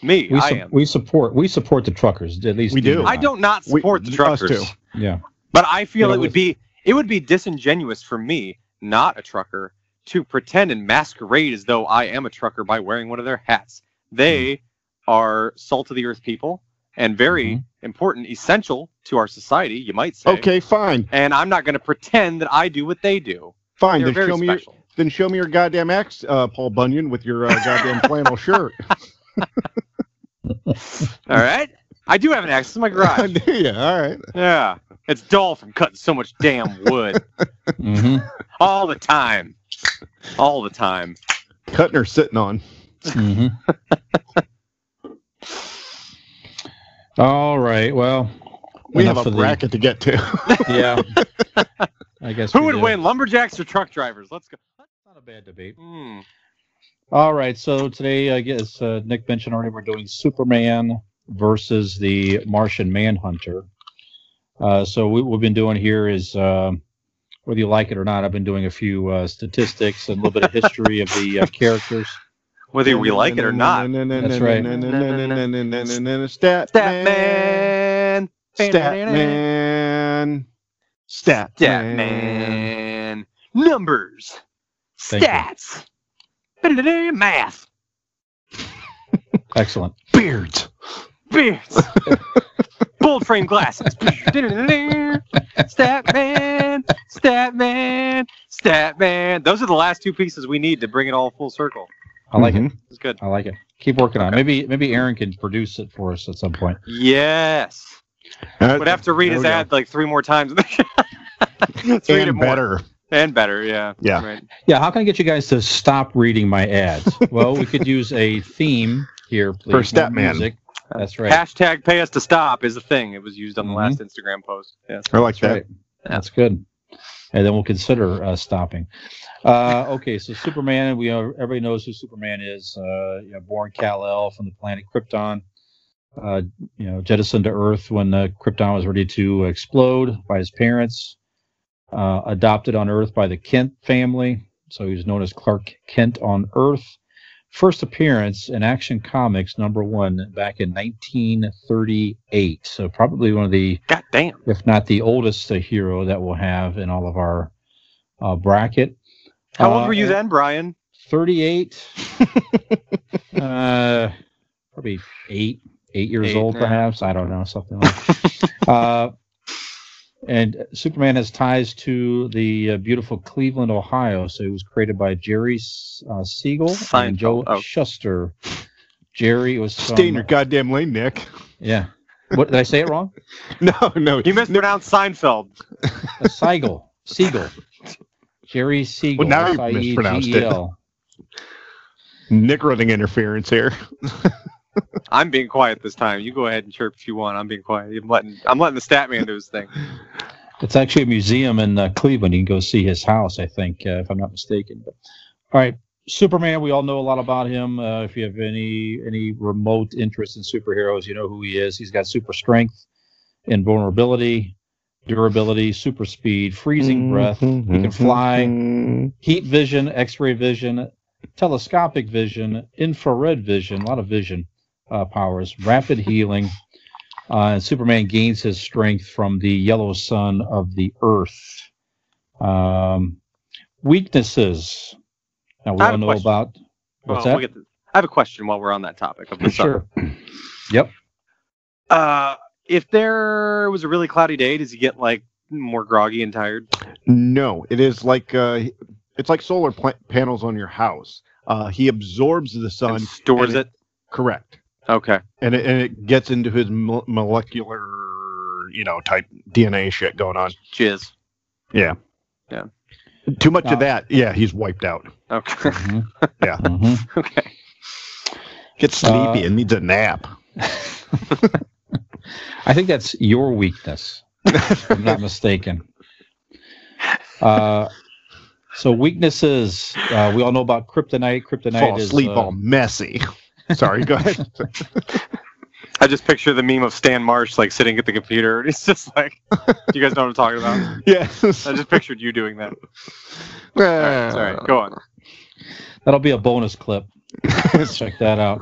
Speaker 3: me,
Speaker 2: We,
Speaker 3: I
Speaker 2: su-
Speaker 3: am."
Speaker 2: we support we support the truckers at least
Speaker 1: We
Speaker 2: Dean
Speaker 1: do.
Speaker 2: and
Speaker 3: I don't not
Speaker 1: We-
Speaker 3: support the
Speaker 1: us
Speaker 3: truckers,
Speaker 1: too.
Speaker 2: yeah
Speaker 3: but I feel
Speaker 2: You know,
Speaker 3: it would
Speaker 2: if-
Speaker 3: be it would be disingenuous for me, not a trucker, to pretend and masquerade as though I am a trucker by wearing one of their hats. They
Speaker 2: Mm-hmm.
Speaker 3: are salt of the earth people and very
Speaker 2: Mhm.
Speaker 3: important, essential to our society. You might say.
Speaker 1: Okay, fine,
Speaker 3: and I'm not going to pretend that I do what they do.
Speaker 1: fine.
Speaker 3: They're
Speaker 1: Then
Speaker 3: very
Speaker 1: show me your,
Speaker 3: special.
Speaker 1: then show me your goddamn axe, uh, Paul Bunyan, with your
Speaker 3: [laughs]
Speaker 1: uh, goddamn flannel shirt.
Speaker 3: All right, I do have an axe. It's in my
Speaker 1: [laughs]
Speaker 3: garage.
Speaker 1: yeah, all right.
Speaker 3: yeah, it's dull from cutting so much damn wood
Speaker 2: hmm
Speaker 3: all the time, all the time.
Speaker 1: Cutting or sitting on.
Speaker 2: hmm [laughs] all right well
Speaker 1: We
Speaker 2: enough
Speaker 1: have a
Speaker 2: of the-
Speaker 1: bracket to get to.
Speaker 2: [laughs] yeah
Speaker 1: [laughs]
Speaker 2: i guess
Speaker 3: Who
Speaker 2: we
Speaker 3: would
Speaker 2: do.
Speaker 3: win, lumberjacks or truck drivers? Let's go.
Speaker 2: not a bad debate
Speaker 3: Hmm.
Speaker 2: all right so today i guess uh, nick mentioned already we're doing superman versus the martian manhunter Uh, so we, what we've been doing here is, um, whether you like it or not, I've been doing a few uh, statistics and a little bit of history of the uh, characters.
Speaker 3: Whether we like it or not.
Speaker 1: [laughs] That's
Speaker 2: right.
Speaker 1: Stat
Speaker 3: Stat
Speaker 1: man.
Speaker 3: man.
Speaker 1: Stat man. Stat
Speaker 3: Stat
Speaker 1: man.
Speaker 3: man. Numbers.
Speaker 2: Thank you.
Speaker 3: Stats. Math.
Speaker 2: Excellent.
Speaker 1: Beards.
Speaker 3: Beards.
Speaker 1: [laughs]
Speaker 3: Bold frame glasses. Stat man. Stat man. Stat man. Those are the last two pieces we need to bring it all full circle.
Speaker 2: I like
Speaker 1: Mm-hmm.
Speaker 2: it.
Speaker 3: It's good.
Speaker 2: I like it. Keep working on it. Maybe maybe Aaron can produce it for us at some point.
Speaker 3: Yes. Would have to read
Speaker 1: There
Speaker 3: his
Speaker 1: we go.
Speaker 3: ad like three more times. [laughs] Let's read it
Speaker 1: And
Speaker 3: more.
Speaker 1: better.
Speaker 3: And better, yeah.
Speaker 1: Yeah.
Speaker 3: Right.
Speaker 2: Yeah, how can I get you guys to stop reading my ads? well, we could use a theme here, please.
Speaker 1: For Step
Speaker 2: More
Speaker 1: Man.
Speaker 2: music. That's right.
Speaker 3: Hashtag pay us to stop is a thing. It was used on the
Speaker 2: Mhm.
Speaker 1: Mm-hmm.
Speaker 3: last Instagram post. Yes.
Speaker 1: I like
Speaker 2: That's right.
Speaker 1: that.
Speaker 2: That's good. And then we'll consider uh, stopping. Uh, okay, so Superman. We are, everybody knows who Superman is. Uh, you know, born Kal El from the planet Krypton. Uh, you know, jettisoned to Earth when uh, Krypton was ready to explode by his parents. Uh, adopted on Earth by the Kent family, so he was known as Clark Kent on Earth. First appearance in Action Comics number one back in 1938. So probably one of the
Speaker 3: God damn.
Speaker 2: if not the oldest uh, hero that we'll have in all of our uh, bracket.
Speaker 3: How
Speaker 2: Uh,
Speaker 3: old were you
Speaker 2: and
Speaker 3: then, Brian? [laughs]
Speaker 2: 38. uh, probably eight, eight years
Speaker 3: Eight,
Speaker 2: old,
Speaker 3: yeah.
Speaker 2: perhaps. I don't know, something
Speaker 3: [laughs]
Speaker 2: like that. uh, and Superman has ties to the uh, beautiful Cleveland, Ohio. So it was created by Jerry S- uh, Siegel
Speaker 3: Seinfeld.
Speaker 2: and Joe
Speaker 3: Oh.
Speaker 2: Shuster. Jerry was from,
Speaker 1: Stay in your goddamn lane, Nick. [laughs]
Speaker 2: yeah. What did I say it wrong?
Speaker 1: No, no.
Speaker 3: You mispronounced Seinfeld.
Speaker 2: Uh, Seigel. Siegel. Jerry Siegel.
Speaker 1: Well,
Speaker 2: E
Speaker 1: now you've mispronounced
Speaker 2: S-I-E-G-E-L.
Speaker 1: it. Nick running interference here.
Speaker 3: I'm being quiet this time. You go ahead and chirp if you want. I'm being quiet. I'm letting I'm letting the stat man do his thing.
Speaker 2: It's actually a museum in uh, Cleveland. You can go see his house, I think, uh, if I'm not mistaken. But, all right, Superman. We all know a lot about him. Uh, if you have any any remote interest in superheroes, you know who he is. He's got super strength, invulnerability, durability, super speed, freezing
Speaker 1: Mm-hmm.
Speaker 2: breath. He can fly. heat vision, X-ray vision, telescopic vision, infrared vision, a lot of vision uh, powers, rapid healing, uh, and Superman gains his strength from the yellow sun of the Earth. Um, weaknesses. Now we
Speaker 3: I have
Speaker 2: all
Speaker 3: a
Speaker 2: know
Speaker 3: question.
Speaker 2: about
Speaker 3: well,
Speaker 2: what's that?
Speaker 3: we get to, I have a question while we're on that topic of the sun.
Speaker 2: sure. Yep.
Speaker 3: Uh, if there was a really cloudy day, does he get like more groggy and tired?
Speaker 1: No, it is like uh, it's like solar pla- panels on your house. Uh, he absorbs the sun.
Speaker 3: and stores
Speaker 1: and
Speaker 3: it.
Speaker 1: it- correct,
Speaker 3: Okay.
Speaker 1: and it, and it gets into his mo- molecular, you know, type DNA shit going on.
Speaker 3: Jizz.
Speaker 1: Too much
Speaker 2: Now-
Speaker 1: of that, yeah, he's wiped out.
Speaker 3: Okay. [laughs]
Speaker 2: Mhm.
Speaker 1: Yeah.
Speaker 2: Mhm.
Speaker 3: okay.
Speaker 1: Gets
Speaker 2: Uh,
Speaker 1: sleepy and needs a nap.
Speaker 2: I think that's your weakness, if I'm
Speaker 1: [laughs]
Speaker 2: not mistaken. Uh, so weaknesses, uh, we all know about kryptonite. Kryptonite
Speaker 1: Fall
Speaker 2: is
Speaker 1: asleep
Speaker 2: uh,
Speaker 1: all
Speaker 2: [laughs]
Speaker 1: messy. Sorry, go ahead.
Speaker 3: I just picture the meme of Stan Marsh like sitting at the computer. and It's just like, do you guys know what I'm talking about?
Speaker 1: yes.
Speaker 3: I just pictured you doing
Speaker 2: [laughs]
Speaker 3: that. All right, sorry.
Speaker 1: Sorry.
Speaker 3: Go on. [laughs]
Speaker 2: that'll be a bonus clip. Check that out.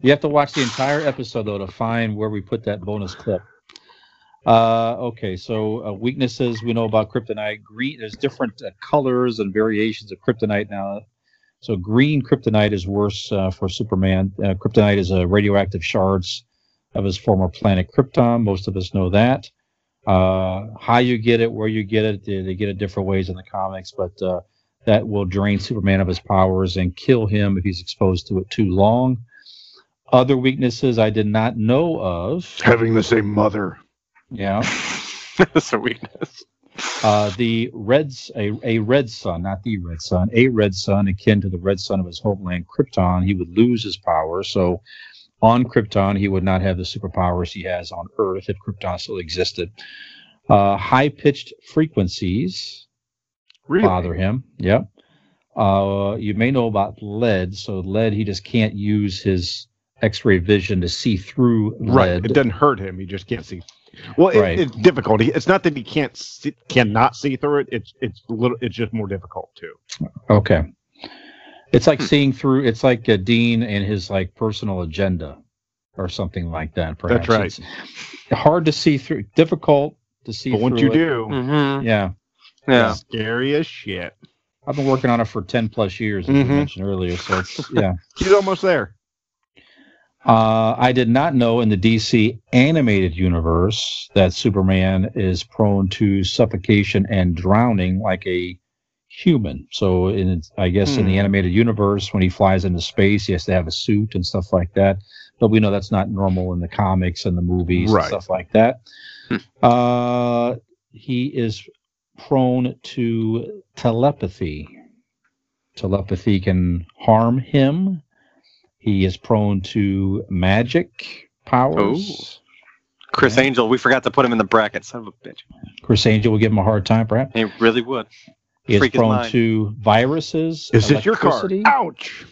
Speaker 2: You have to watch the entire episode though to find where we put that bonus clip. Uh, okay, so uh, weaknesses we know about kryptonite. Green, there's different uh, colors and variations of kryptonite now. So green kryptonite is worse uh, for Superman. Uh, kryptonite is a radioactive shards of his former planet Krypton. Most of us know that. Uh, how you get it, where you get it, they, they get it different ways in the comics, but uh, that will drain Superman of his powers and kill him if he's exposed to it too long. Other weaknesses I did not know of.
Speaker 1: [laughs] Having the same mother.
Speaker 2: Yeah.
Speaker 3: That's a weakness.
Speaker 2: Uh, the Reds, a, a red sun, not the red sun, a red sun akin to the red sun of his homeland Krypton, he would lose his power. So on Krypton, he would not have the superpowers he has on Earth if Krypton still existed. Uh, High pitched frequencies
Speaker 1: Really?
Speaker 2: bother him. Yep. Uh, you may know about lead. So lead, he just can't use his X-ray vision to see through
Speaker 1: Right.
Speaker 2: lead.
Speaker 1: It doesn't hurt him. He just can't see. Well, it,
Speaker 2: Right.
Speaker 1: it's difficult. He- It's not that he can't see, cannot see through it. It's it's little. It's just more difficult too.
Speaker 2: Okay. It's like
Speaker 3: Hmm.
Speaker 2: seeing through. It's like uh Dean and his like personal agenda, or something like that. Perhaps
Speaker 1: right.
Speaker 2: It's hard to see through. Difficult to see.
Speaker 1: But once you
Speaker 2: through it.
Speaker 1: do,
Speaker 3: Mm-hmm.
Speaker 2: Hmm. yeah.
Speaker 3: Yeah.
Speaker 1: it's scary as shit.
Speaker 2: I've been working on it for ten plus years, as
Speaker 1: Mhm.
Speaker 2: you mentioned earlier. So it's, yeah,
Speaker 1: He's almost there.
Speaker 2: uh, I did not know in the DC animated universe that Superman is prone to suffocation and drowning like a human. So, in, it's- I guess in the
Speaker 3: Hmm.
Speaker 2: animated universe, when he flies into space, he has to have a suit and stuff like that. But we know that's not normal in the comics and the movies
Speaker 1: Right.
Speaker 2: and stuff like that.
Speaker 3: Hmm.
Speaker 2: Uh, he is prone to telepathy. Telepathy can harm him. He is prone to magic powers.
Speaker 3: Chris
Speaker 2: Yeah.
Speaker 3: Angel, we forgot to put him in the bracket. Son of a bitch.
Speaker 2: Chris Angel will give him a hard time, perhaps.
Speaker 3: He really would.
Speaker 2: He is
Speaker 3: Freak his
Speaker 2: prone
Speaker 3: mind.
Speaker 2: to viruses.
Speaker 1: Is this your card?
Speaker 2: electricity.
Speaker 1: Ouch.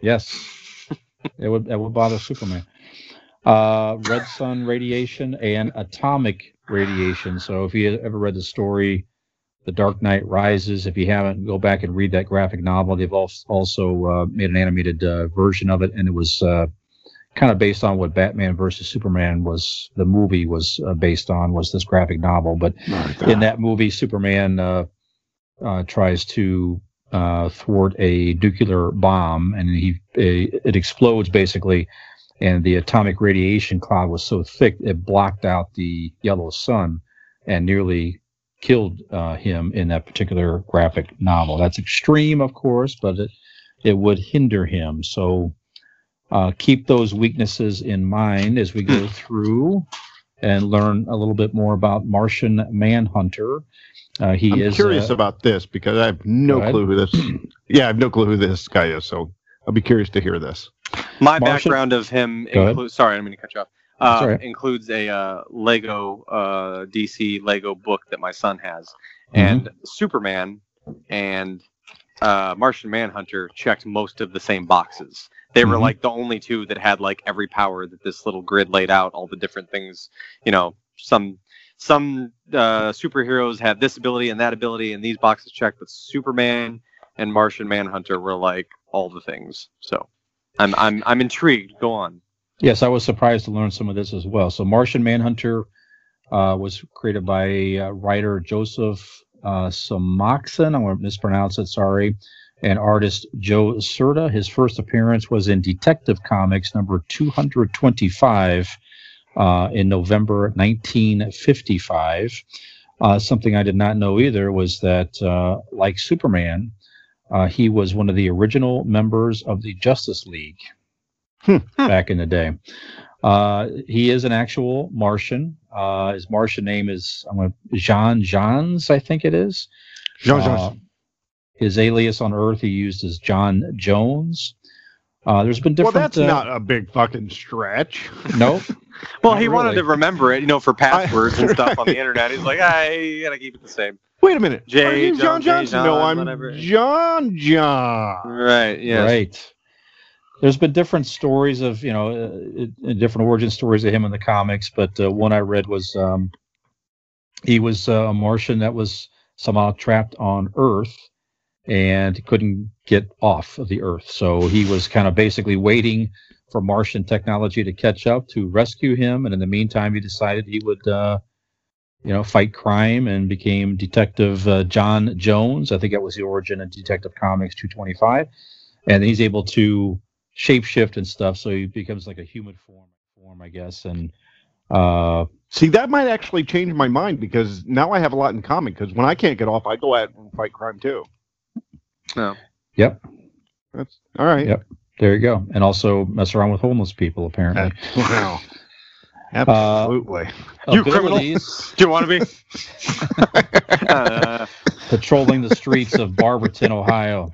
Speaker 2: Yes. it would that would bother Superman. Uh, red sun radiation and atomic radiation. So if you ever read the story, The Dark Knight Rises, if you haven't, go back and read that graphic novel. They've als- also uh, made an animated uh, version of it, and it was uh, kind of based on what Batman versus Superman was. The movie was uh, based on was this graphic novel, but in that movie, Superman uh, uh, tries to uh, thwart a nuclear bomb, and he uh, it explodes basically, and the atomic radiation cloud was so thick it blocked out the yellow sun, and nearly killed uh, him in that particular graphic novel. That's extreme, of course, but it it would hinder him. So. Uh, keep those weaknesses in mind as we
Speaker 1: Hmm.
Speaker 2: go through and learn a little bit more about Martian Manhunter. Uh, he
Speaker 1: I'm
Speaker 2: is
Speaker 1: curious
Speaker 2: uh,
Speaker 1: about this because I have no
Speaker 2: Go ahead.
Speaker 1: clue who this. Yeah, I have no clue who this guy is. So I'll be curious to hear this.
Speaker 3: My
Speaker 2: Martian-
Speaker 3: background of him
Speaker 2: Go ahead.
Speaker 3: includes. Sorry, I didn't mean to cut you off.
Speaker 2: That's
Speaker 3: Uh,
Speaker 2: all right.
Speaker 3: Includes a uh, Lego uh, DC Lego book that my son has,
Speaker 2: Mhm.
Speaker 3: and Superman and uh, Martian Manhunter checked most of the same boxes. They were
Speaker 2: Mhm.
Speaker 3: like the only two that had like every power that this little grid laid out. All the different things, you know, some some uh, superheroes have this ability and that ability, and these boxes checked. But Superman and Martian Manhunter were like all the things. So I'm I'm I'm intrigued. Go on.
Speaker 2: yes, I was surprised to learn some of this as well. So Martian Manhunter uh, was created by uh, writer Joseph uh, Samoxin. I'm going to mispronounce it. Sorry. And artist Joe Serta. His first appearance was in Detective Comics number 225 uh, in November 1955. Uh, something I did not know either was that, uh, like Superman, uh, he was one of the original members of the Justice League
Speaker 1: Hmm.
Speaker 2: back in the day. Uh, he is an actual Martian. Uh, his Martian name is I'm gonna, Jean Johns, I think it is.
Speaker 1: Jean
Speaker 2: Uh, his alias on Earth he used is John Jones. Uh, there's been
Speaker 1: well,
Speaker 2: different.
Speaker 1: that's
Speaker 2: uh,
Speaker 1: not a big fucking stretch.
Speaker 2: Nope.
Speaker 3: Well,
Speaker 2: Not
Speaker 3: he wanted
Speaker 2: really.
Speaker 3: to remember it, you know, for
Speaker 2: [laughs]
Speaker 3: passwords and stuff on the internet. He's like, I gotta keep it the same.
Speaker 1: Wait a minute.
Speaker 3: J.
Speaker 1: Are you John
Speaker 3: John, J.
Speaker 1: Johnson? no,
Speaker 3: John,
Speaker 1: I'm
Speaker 3: whatever.
Speaker 1: John John.
Speaker 3: Right. Yeah.
Speaker 2: Right. There's been different stories of you know uh, uh, different origin stories of him in the comics, but uh, one I read was um, he was uh, a Martian that was somehow trapped on Earth and couldn't get off of the Earth, so he was kind of basically waiting for Martian technology to catch up to rescue him, and in the meantime, he decided he would. Uh, you know, fight crime and became Detective uh, John Jones. I think that was the origin of Detective Comics 225 and he's able to shapeshift and stuff so he becomes like a human form form i guess and uh
Speaker 1: See, that might actually change my mind because now I have a lot in common. Because when I can't get off, I go out and fight crime too.
Speaker 3: No.
Speaker 2: Yep.
Speaker 1: That's all right.
Speaker 2: Yep. there you go and also mess around with homeless people apparently
Speaker 1: Wow. Absolutely.
Speaker 3: You criminal.
Speaker 2: [laughs] Abilities
Speaker 3: Uh, Do you want to be? [laughs]
Speaker 2: [laughs]
Speaker 3: uh,
Speaker 2: patrolling the streets of barberton ohio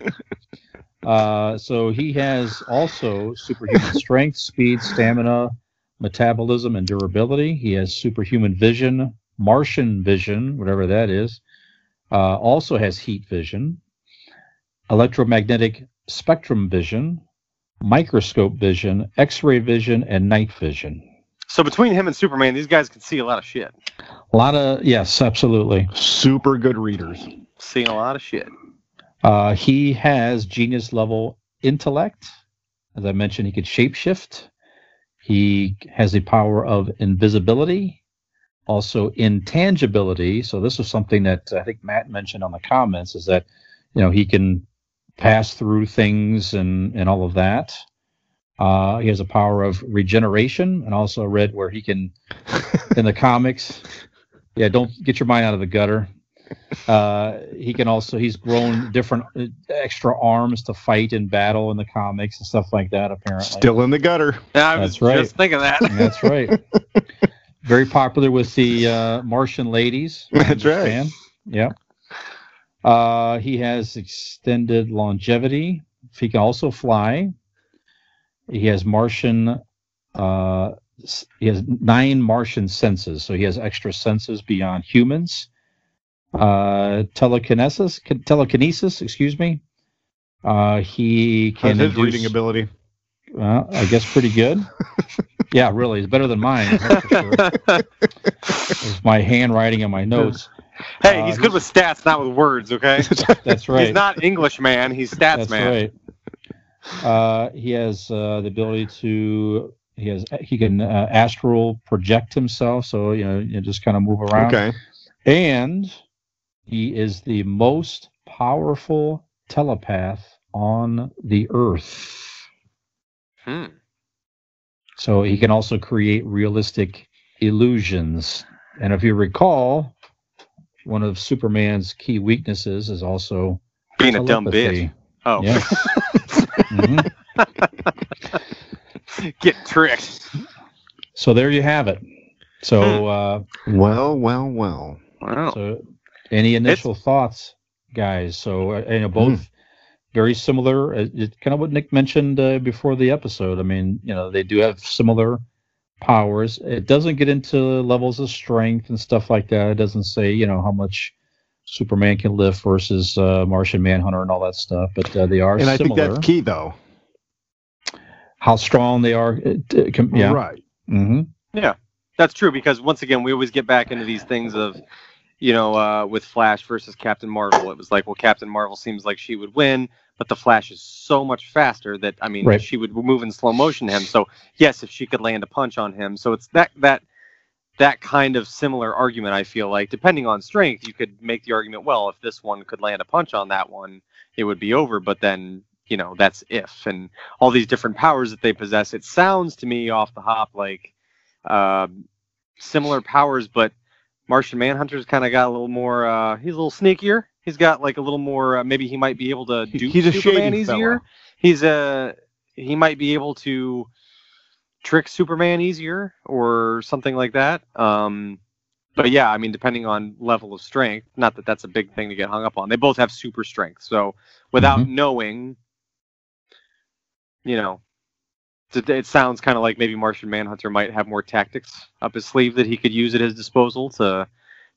Speaker 2: uh so he has also superhuman strength speed stamina metabolism and durability he has superhuman vision martian vision whatever that is uh, also has heat vision electromagnetic spectrum vision, microscope vision, X ray vision, and night vision.
Speaker 3: So between him and Superman, these guys can see a lot of shit.
Speaker 2: A lot of yes, absolutely.
Speaker 1: Super good readers.
Speaker 3: Seeing a lot of shit.
Speaker 2: Uh, he has genius level intellect. As I mentioned, he could shapeshift. He has the power of invisibility, also intangibility. So this was something that I think Matt mentioned on the comments is that you know he can pass through things and and all of that. Uh, he has a power of regeneration, and also read where he can in the comics. Yeah, don't get your mind out of the gutter. Uh, he can also he's grown different uh, extra arms to fight in battle in the comics and stuff like that. Apparently,
Speaker 1: Still in the gutter.
Speaker 3: I
Speaker 2: That's
Speaker 3: was
Speaker 2: right.
Speaker 3: just thinking
Speaker 2: [laughs]
Speaker 3: that.
Speaker 2: that's right. Very popular with the uh, Martian ladies.
Speaker 1: [laughs]
Speaker 2: I
Speaker 1: That's right.
Speaker 2: understand. Yeah. Uh, he has extended longevity. He can also fly. He has Martian. Uh, s- he has nine Martian senses, so he has extra senses beyond humans. Uh, telekinesis, telekinesis. Excuse me. Uh, he
Speaker 1: How's
Speaker 2: can
Speaker 1: his
Speaker 2: induce-
Speaker 1: reading ability?
Speaker 2: well, I guess
Speaker 3: [laughs]
Speaker 2: pretty good. yeah, really, it's better than mine. [laughs] that's for
Speaker 1: [laughs]
Speaker 2: sure. It's my handwriting and my notes.
Speaker 3: hey,
Speaker 2: Uh,
Speaker 3: he's good with stats, not with words. Okay,
Speaker 2: [laughs] That's right.
Speaker 3: he's not English man. He's stats
Speaker 2: That's
Speaker 3: man.
Speaker 2: right. Uh, he has uh, the ability to. He has. He can uh, astral project himself, so you know, you know, just kind of move around.
Speaker 1: Okay.
Speaker 2: And he is the most powerful telepath on the earth.
Speaker 3: Hmm.
Speaker 2: So he can also create realistic illusions. And if you recall, one of Superman's key weaknesses is also
Speaker 3: Being a dumb bitch.
Speaker 2: telepathy.
Speaker 3: Oh,
Speaker 2: Yeah. Mhm.
Speaker 3: [laughs] get tricked.
Speaker 2: So there you have it.
Speaker 3: Hmm.
Speaker 2: So, uh,
Speaker 1: Well, well, well. Oh.
Speaker 3: Wow.
Speaker 2: so any initial thoughts, guys? So, uh, you know, both
Speaker 1: Hmm.
Speaker 2: very similar. uh, It's kind of what Nick mentioned uh, before the episode. I mean, you know, they do have similar powers. It doesn't get into levels of strength and stuff like that. It doesn't say, you know, how much Superman can lift versus uh, Martian Manhunter and all that stuff. But uh, they are
Speaker 1: and I think
Speaker 2: similar.
Speaker 1: that's key, though.
Speaker 2: how strong they are. uh, t- com- yeah.
Speaker 1: Right.
Speaker 2: hmm
Speaker 3: That's true because once again, we always get back into these things of, you know, uh, with Flash versus Captain Marvel. It was like, well, Captain Marvel seems like she would win, but the Flash is so much faster that I mean,
Speaker 2: Right.
Speaker 3: she would move in slow motion to him. So yes, if she could land a punch on him, so it's that that that kind of similar argument. I feel like depending on strength, you could make the argument. Well, if this one could land a punch on that one, it would be over. But then you know that's if and all these different powers that they possess. It sounds to me off the hop like uh, similar powers, but Martian Manhunter's kind of got a little more. Uh, he's a little sneakier. He's got like a little more. Uh, maybe he might be able to
Speaker 1: He-
Speaker 3: do
Speaker 1: he's a
Speaker 3: Superman
Speaker 1: shady
Speaker 3: easier.
Speaker 1: fella.
Speaker 3: He's a he might be able to trick Superman easier or something like that. Um, but yeah, I mean, depending on level of strength, not that that's a big thing to get hung up on. They both have super strength, so without
Speaker 2: Mhm.
Speaker 3: knowing, you know, it, it sounds kind of like maybe Martian Manhunter might have more tactics up his sleeve that he could use at his disposal to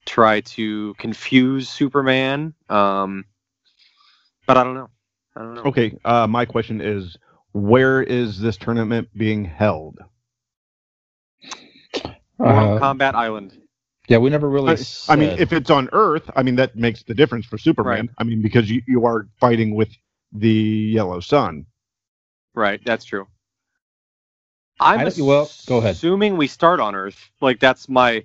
Speaker 3: try to confuse Superman. Um, but I don't know. I don't know.
Speaker 1: Okay. Uh, my question is where is this tournament being held?
Speaker 3: Mortal Kombat Island.
Speaker 2: Uh-huh. yeah, we never really.
Speaker 1: I mean,
Speaker 2: said.
Speaker 1: if it's on Earth, I mean, that makes the difference for Superman. I mean, because you, you are fighting with the yellow sun.
Speaker 3: Right, that's true. I'm
Speaker 2: I don't- well, go ahead.
Speaker 3: Assuming we start on Earth, like that's my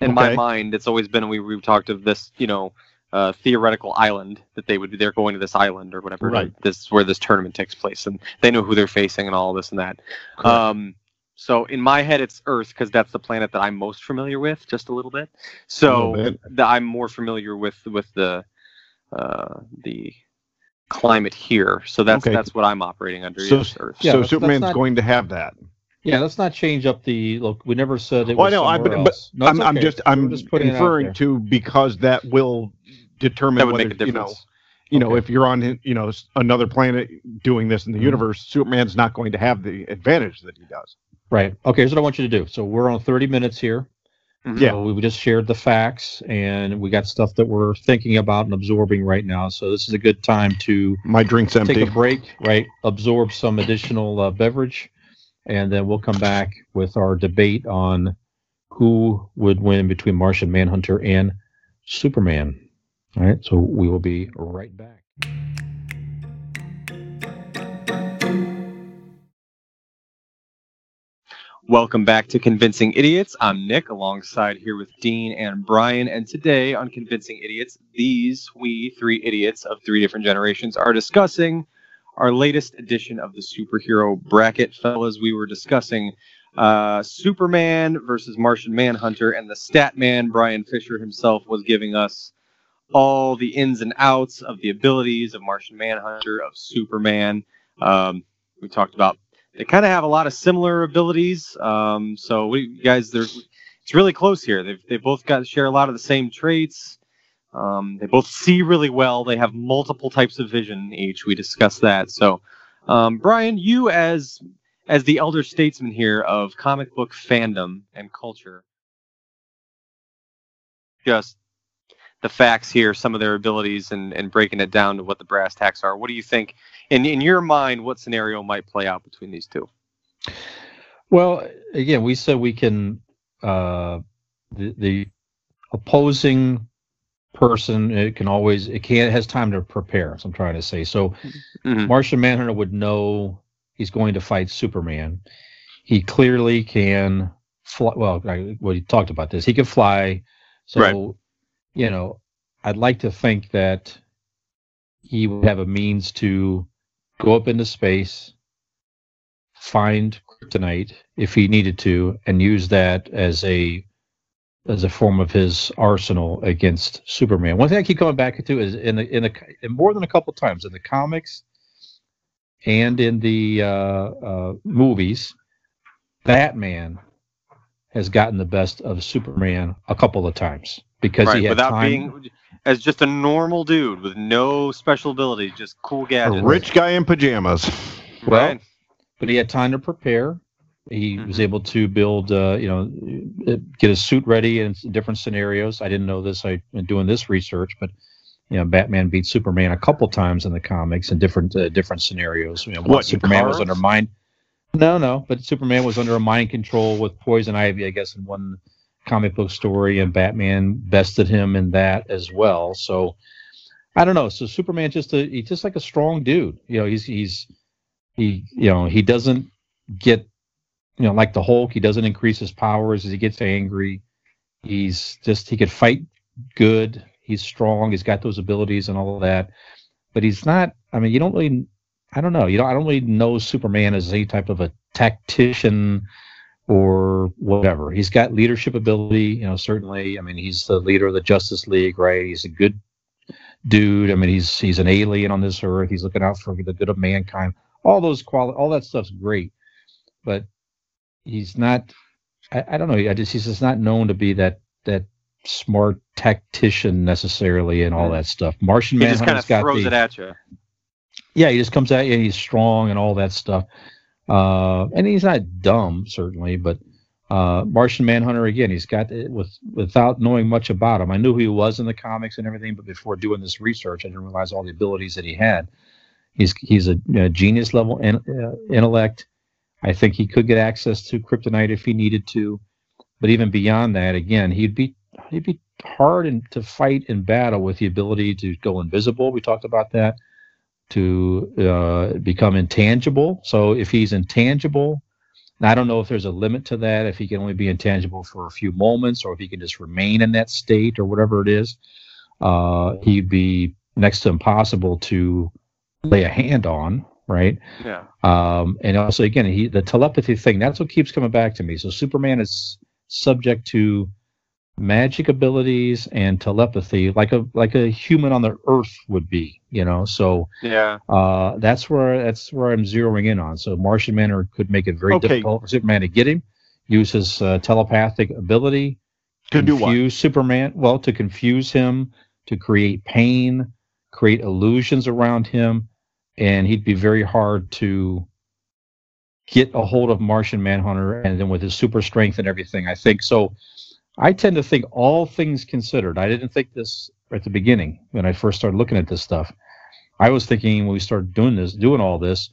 Speaker 3: in my
Speaker 1: Okay.
Speaker 3: mind, it's always been we we've talked of this, you know, uh, theoretical island that they would they're going to this island or whatever.
Speaker 1: Right.
Speaker 3: This is where this tournament takes place, and they know who they're facing and all this and that. Um, so in my head, it's Earth because that's the planet that I'm most familiar with, just a little bit.
Speaker 1: A
Speaker 3: So
Speaker 1: little bit.
Speaker 3: that I'm more familiar with with the uh, the climate here. So that's
Speaker 1: Okay.
Speaker 3: that's what I'm operating under.
Speaker 1: So-
Speaker 3: yes, Earth.
Speaker 2: Yeah,
Speaker 1: so
Speaker 2: that's- that's
Speaker 1: Superman's
Speaker 2: not-
Speaker 1: going to have that.
Speaker 2: Yeah, let's not change up the look. We never said it
Speaker 1: Well,
Speaker 2: was
Speaker 1: I know, I-
Speaker 2: somewhere
Speaker 1: but- but
Speaker 2: else. No,
Speaker 1: I'm,
Speaker 2: it's
Speaker 1: I'm
Speaker 2: okay.
Speaker 1: just
Speaker 2: We're
Speaker 1: I'm
Speaker 2: putting it out
Speaker 1: referring
Speaker 2: there.
Speaker 1: to because that will determine
Speaker 3: that would
Speaker 1: whether
Speaker 3: make a difference.
Speaker 1: you know you know
Speaker 2: Okay.
Speaker 1: if you're on you know s- another planet doing this in the
Speaker 3: Mm-hmm.
Speaker 2: Mhm.
Speaker 1: universe, Superman's not going to have the advantage that he does.
Speaker 2: right. Okay, here's what I want you to do. So we're on 30 minutes here.
Speaker 3: Mhm.
Speaker 1: Mm-hmm. Yeah.
Speaker 2: So we just shared the facts, and we got stuff that we're thinking about and absorbing right now. So this is a good time to
Speaker 1: My drink's empty.
Speaker 2: take a break, right? Absorb some additional uh, beverage, and then we'll come back with our debate on who would win between Martian Manhunter and Superman. All right, so we will be right back.
Speaker 3: Welcome back to Convincing Idiots. I'm Nick, alongside here with Dean and Brian. And today on Convincing Idiots, these we three idiots of three different generations are discussing our latest edition of the superhero bracket. Fellas, we were discussing uh, Superman versus Martian Manhunter, and the stat man, Brian Fisher himself, was giving us all the ins and outs of the abilities of Martian Manhunter, of Superman. Um, we talked about they kind of have a lot of similar abilities. Um, so we you guys, they're it's really close here. They've they both got share a lot of the same traits. Um, they both see really well. They have multiple types of vision each. We discussed that. So, um, Brian, you as as the elder statesman here of comic book fandom and culture, just the facts here, some of their abilities, and, and breaking it down to what the brass tacks are. What do you think, in in your mind, what scenario might play out between these two?
Speaker 2: Well, again, we said we can uh, the, the opposing person it can always it can it has time to prepare. So I'm trying to say so.
Speaker 3: Mhm.
Speaker 2: Martian Manhunter would know he's going to fight Superman. He clearly can fly. Well, I, well, he talked about this. He can fly. So,
Speaker 3: Right.
Speaker 2: you know, I'd like to think that he would have a means to go up into space, find kryptonite if he needed to, and use that as a as a form of his arsenal against Superman. One thing I keep coming back to is in the in the and more than a couple times in the comics and in the uh, uh, movies, Batman has gotten the best of Superman a couple of times because he
Speaker 3: Right,
Speaker 2: had
Speaker 3: without
Speaker 2: time.
Speaker 3: being as just a normal dude with no special abilities, just cool
Speaker 1: A
Speaker 3: gadgets.
Speaker 1: rich guy in pajamas.
Speaker 2: well,
Speaker 3: Right.
Speaker 2: but he had time to prepare. He was
Speaker 3: Mhm.
Speaker 2: able to build, uh, you know, uh, get his suit ready in s- different scenarios. I didn't know this. I in doing this research, but you know, Batman beat Superman a couple times in the comics in different uh, different scenarios. You know,
Speaker 1: What,
Speaker 2: once Superman was
Speaker 1: cars?
Speaker 2: under mind. No, no, but Superman was under mind control with poison ivy, I guess, in one comic book story, and Batman bested him in that as well. So I don't know. So Superman just a he's just like a strong dude. You know, he's he's he you know he doesn't get you know like the Hulk. He doesn't increase his powers as he gets angry. He's just he could fight good. He's strong. He's got those abilities and all of that. But he's not. I mean, you don't really. I don't know. You know, I don't really know Superman as any type of a tactician or whatever. He's got leadership ability. You know, certainly. I mean, he's the leader of the Justice League, right? He's a good dude. I mean, he's he's an alien on this earth. He's looking out for the good of mankind. All those quali- all that stuff's great, but he's not. I, I don't know. I just he's just not known to be that that smart tactician necessarily and all that stuff. Martian
Speaker 3: He just kind
Speaker 2: Manhunter's
Speaker 3: of
Speaker 2: got
Speaker 3: throws
Speaker 2: the,
Speaker 3: it at you.
Speaker 2: yeah, he just comes at you. He's strong and all that stuff. Uh, and he's not dumb, certainly, but uh, Martian Manhunter again. He's got it with without knowing much about him. I knew who he was in the comics and everything, but before doing this research, I didn't realize all the abilities that he had. He's he's a, you know, genius level in, uh, intellect. I think he could get access to kryptonite if he needed to, but even beyond that, again, he'd be he'd be hard and to fight in battle with the ability to go invisible. We talked about that to uh, become intangible. So if he's intangible, and I don't know if there's a limit to that, if he can only be intangible for a few moments or if he can just remain in that state or whatever it is, uh, he'd be next to impossible to lay a hand on, right?
Speaker 3: Yeah.
Speaker 2: Um, and also, again, he, the telepathy thing, that's what keeps coming back to me. So Superman is subject to magic abilities and telepathy like a like a human on the earth would be you know so
Speaker 3: Yeah.
Speaker 2: uh, that's where that's where I'm zeroing in on. So Martian Manhunter could make it very
Speaker 1: Okay.
Speaker 2: difficult for Superman to get him. Use his uh, telepathic ability
Speaker 1: Could do what?
Speaker 2: confuse Superman. Well, to confuse him, to create pain, create illusions around him, and he'd be very hard to get a hold of Martian Manhunter. And then with his super strength and everything, I think so. I tend to think all things considered. I didn't think this at the beginning when I first started looking at this stuff. I was thinking when we started doing this, doing all this,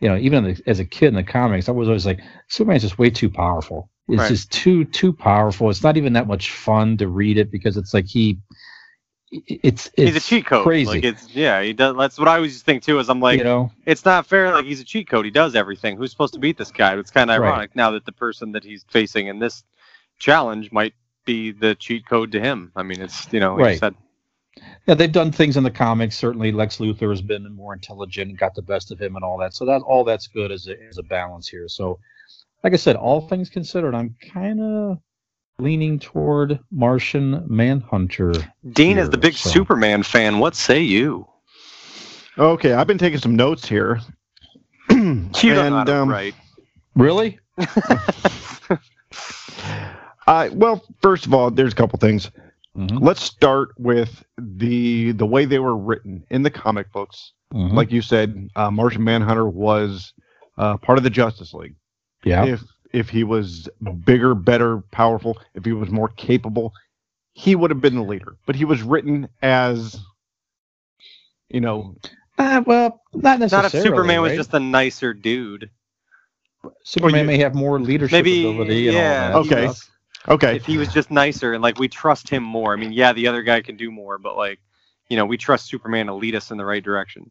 Speaker 2: you know, even in the, as a kid in the comics, I was always like, Superman's just way too powerful. It's
Speaker 3: Right.
Speaker 2: just too too powerful. It's not even that much fun to read it because it's like he, it- it's it's
Speaker 3: he's a cheat code.
Speaker 2: crazy.
Speaker 3: Like it's yeah, he does. That's what I always think too. Is I'm like,
Speaker 2: you know,
Speaker 3: it's not fair. Like he's a cheat code. He does everything. Who's supposed to beat this guy? It's kind of
Speaker 2: Right.
Speaker 3: ironic now that the person that he's facing in this challenge might be the cheat code to him. I mean, it's you know, he
Speaker 2: Right.
Speaker 3: said,
Speaker 2: yeah, they've done things in the comics. Certainly, Lex Luthor has been more intelligent, and got the best of him, and all that. So that all that's good as a, as a balance here. So, like I said, all things considered, I'm kind of leaning toward Martian Manhunter.
Speaker 3: Dean is the big
Speaker 2: So-
Speaker 3: Superman fan. What say you?
Speaker 1: Okay, I've been taking some notes here. [clears throat] and
Speaker 3: You don't know how to
Speaker 1: um,
Speaker 3: write.
Speaker 2: Really?
Speaker 1: I, Uh, well, first of all, there's a couple things.
Speaker 2: Mm-hmm.
Speaker 1: Let's start with the the way they were written in the comic books.
Speaker 2: Mhm.
Speaker 1: Like you said, uh, Martian Manhunter was uh, part of the Justice League.
Speaker 2: yeah.
Speaker 1: if if he was bigger, better, powerful, if he was more capable, he would have been the leader. But he was written as, you know,
Speaker 2: Uh, well, not
Speaker 3: Not
Speaker 2: necessarily.
Speaker 3: if Superman was
Speaker 2: right?
Speaker 3: just a nicer dude.
Speaker 2: Superman
Speaker 1: Well, you-
Speaker 2: may have more leadership
Speaker 3: Maybe
Speaker 2: ability. And
Speaker 3: yeah.
Speaker 2: All that
Speaker 1: Okay.
Speaker 3: he
Speaker 2: stuff.
Speaker 3: was-
Speaker 1: okay,
Speaker 3: If he was just nicer and like we trust him more. I mean, yeah, the other guy can do more, but like, you know, we trust Superman to lead us in the right direction.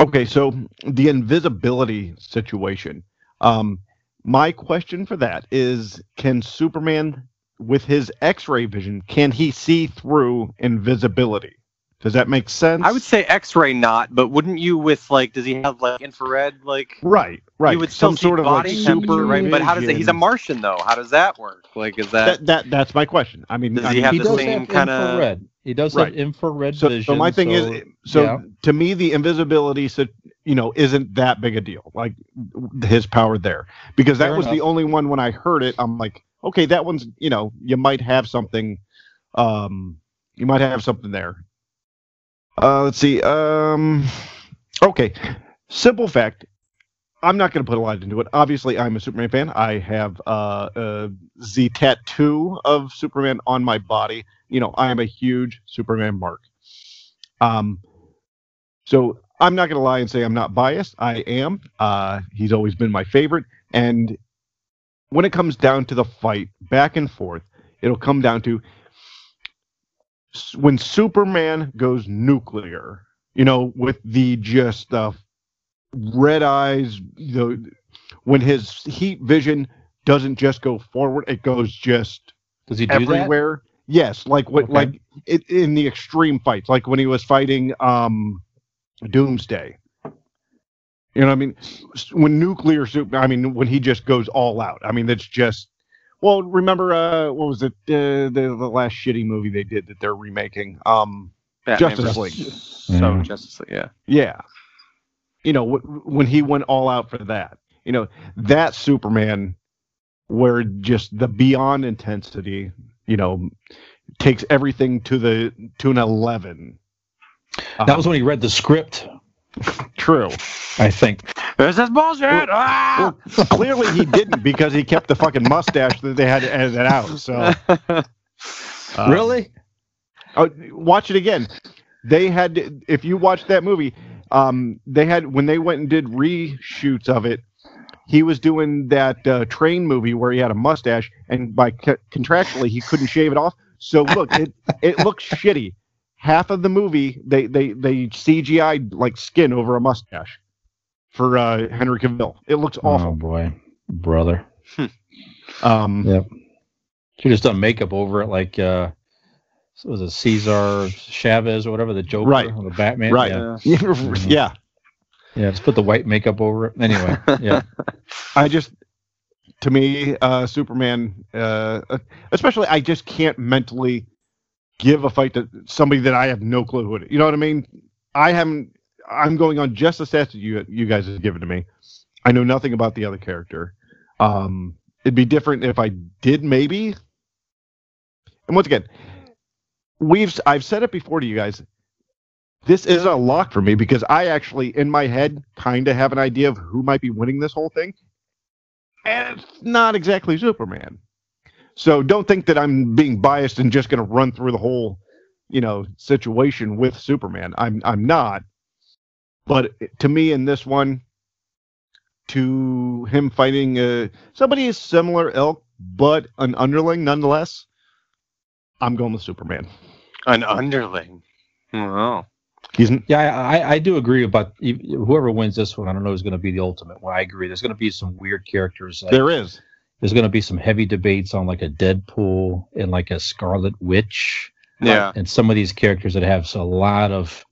Speaker 1: okay. So the invisibility situation. Um, my question for that is: Can Superman, with his X-ray vision, can he see through invisibility? Does that make sense?
Speaker 3: I would say X-ray not, but wouldn't you with like? Does he have like infrared? Like
Speaker 1: Right, right.
Speaker 3: you would still
Speaker 1: Some
Speaker 3: see
Speaker 1: sort of like
Speaker 3: body temperature,
Speaker 1: super
Speaker 3: right? But how does it? He's a
Speaker 1: vision.
Speaker 3: Martian though. How does that work? Like is that?
Speaker 1: That, that that's my question. I mean,
Speaker 3: Does
Speaker 1: I
Speaker 3: he
Speaker 1: mean,
Speaker 3: have
Speaker 2: He
Speaker 3: the
Speaker 2: does
Speaker 3: same
Speaker 2: have
Speaker 3: kinda-
Speaker 2: infrared. He does
Speaker 1: Right.
Speaker 2: have infrared
Speaker 1: so,
Speaker 2: vision.
Speaker 1: so my thing
Speaker 2: so-
Speaker 1: is so
Speaker 2: yeah.
Speaker 1: to me the invisibility so, you know isn't that big a deal like w- his power there because that
Speaker 2: Fair
Speaker 1: was the
Speaker 2: enough.
Speaker 1: only one when i heard it i'm like okay that one's you know you might have something um you might have something there uh let's see um okay simple fact i'm not going to put a lot into it obviously i'm a superman fan i have uh, uh the tattoo of superman on my body you know, I am a huge Superman mark. Um, so I'm not going to lie and say I'm not biased. I am. Uh, he's always been my favorite. And when it comes down to the fight back and forth, it'll come down to s- when Superman goes nuclear, you know, with the just uh, red eyes, the when his heat vision doesn't just go forward, it goes just
Speaker 2: does he do that?
Speaker 1: everywhere. Yes, like what,
Speaker 2: Okay.
Speaker 1: like it, in the extreme fights, like when he was fighting um, Doomsday. You know, what I mean, S- when nuclear soup. I mean, when he just goes all out. I mean, that's just. Well, remember uh, what was it? Uh, the the last shitty movie they did that they're remaking. Um,
Speaker 3: Batman
Speaker 1: Justice
Speaker 3: versus-
Speaker 1: League. Mm.
Speaker 3: So
Speaker 2: Yeah.
Speaker 3: Justice League, yeah.
Speaker 1: yeah. You know, w- when he went all out for that, you know, that Superman where just the beyond intensity, you know, takes everything to the to an 11.
Speaker 2: That was when he read the script,
Speaker 1: true.
Speaker 2: I think.
Speaker 3: This is bullshit. Ah!
Speaker 1: Well, clearly he didn't because he kept the fucking mustache that they had to edit it out. So um,
Speaker 2: really?
Speaker 1: Oh, watch it again. They had, if you watch that movie, um, they had when they went and did reshoots of it. He was doing that uh, train movie where he had a mustache, and by co- contractually he couldn't shave it off. So look, it it looks shitty. Half of the movie they they they CGI like skin over a mustache for uh, Henry Cavill. It looks
Speaker 2: Oh
Speaker 1: awful.
Speaker 2: boy, brother.
Speaker 1: Um,
Speaker 2: Yeah. She just done makeup over it, like uh, so was it Cesar Chavez or whatever the Joker
Speaker 1: Right.
Speaker 2: or the Batman?
Speaker 1: Right.
Speaker 2: Yeah.
Speaker 1: [laughs] yeah,
Speaker 2: yeah, just put the white makeup over it.
Speaker 1: [laughs]
Speaker 2: Anyway, yeah.
Speaker 1: I just, to me, uh, Superman, uh, especially, I just can't mentally give a fight to somebody that I have no clue who it is. You know what I mean? I haven't. I'm going on just the stats that you you guys have given to me. I know nothing about the other character. Um, it'd be different if I did, maybe. And once again, we've I've said it before to you guys. This is a lock for me because I actually, in my head, kind of have an idea of who might be winning this whole thing, and it's not exactly Superman. So don't think that I'm being biased and just going to run through the whole, you know, situation with Superman. I'm I'm not. But to me, in this one, to him fighting uh, somebody a similar ilk, but an underling nonetheless. I'm going with Superman.
Speaker 3: An underling. Oh. Wow.
Speaker 1: He's n-
Speaker 2: Yeah, I, I- I do agree about e- whoever wins this one. I don't know is going to be the ultimate one. I agree. There's going to be some weird characters. Like,
Speaker 1: there is.
Speaker 2: there's going to be some heavy debates on like a Deadpool and like a Scarlet Witch
Speaker 3: Yeah.
Speaker 2: and some of these characters that have a lot of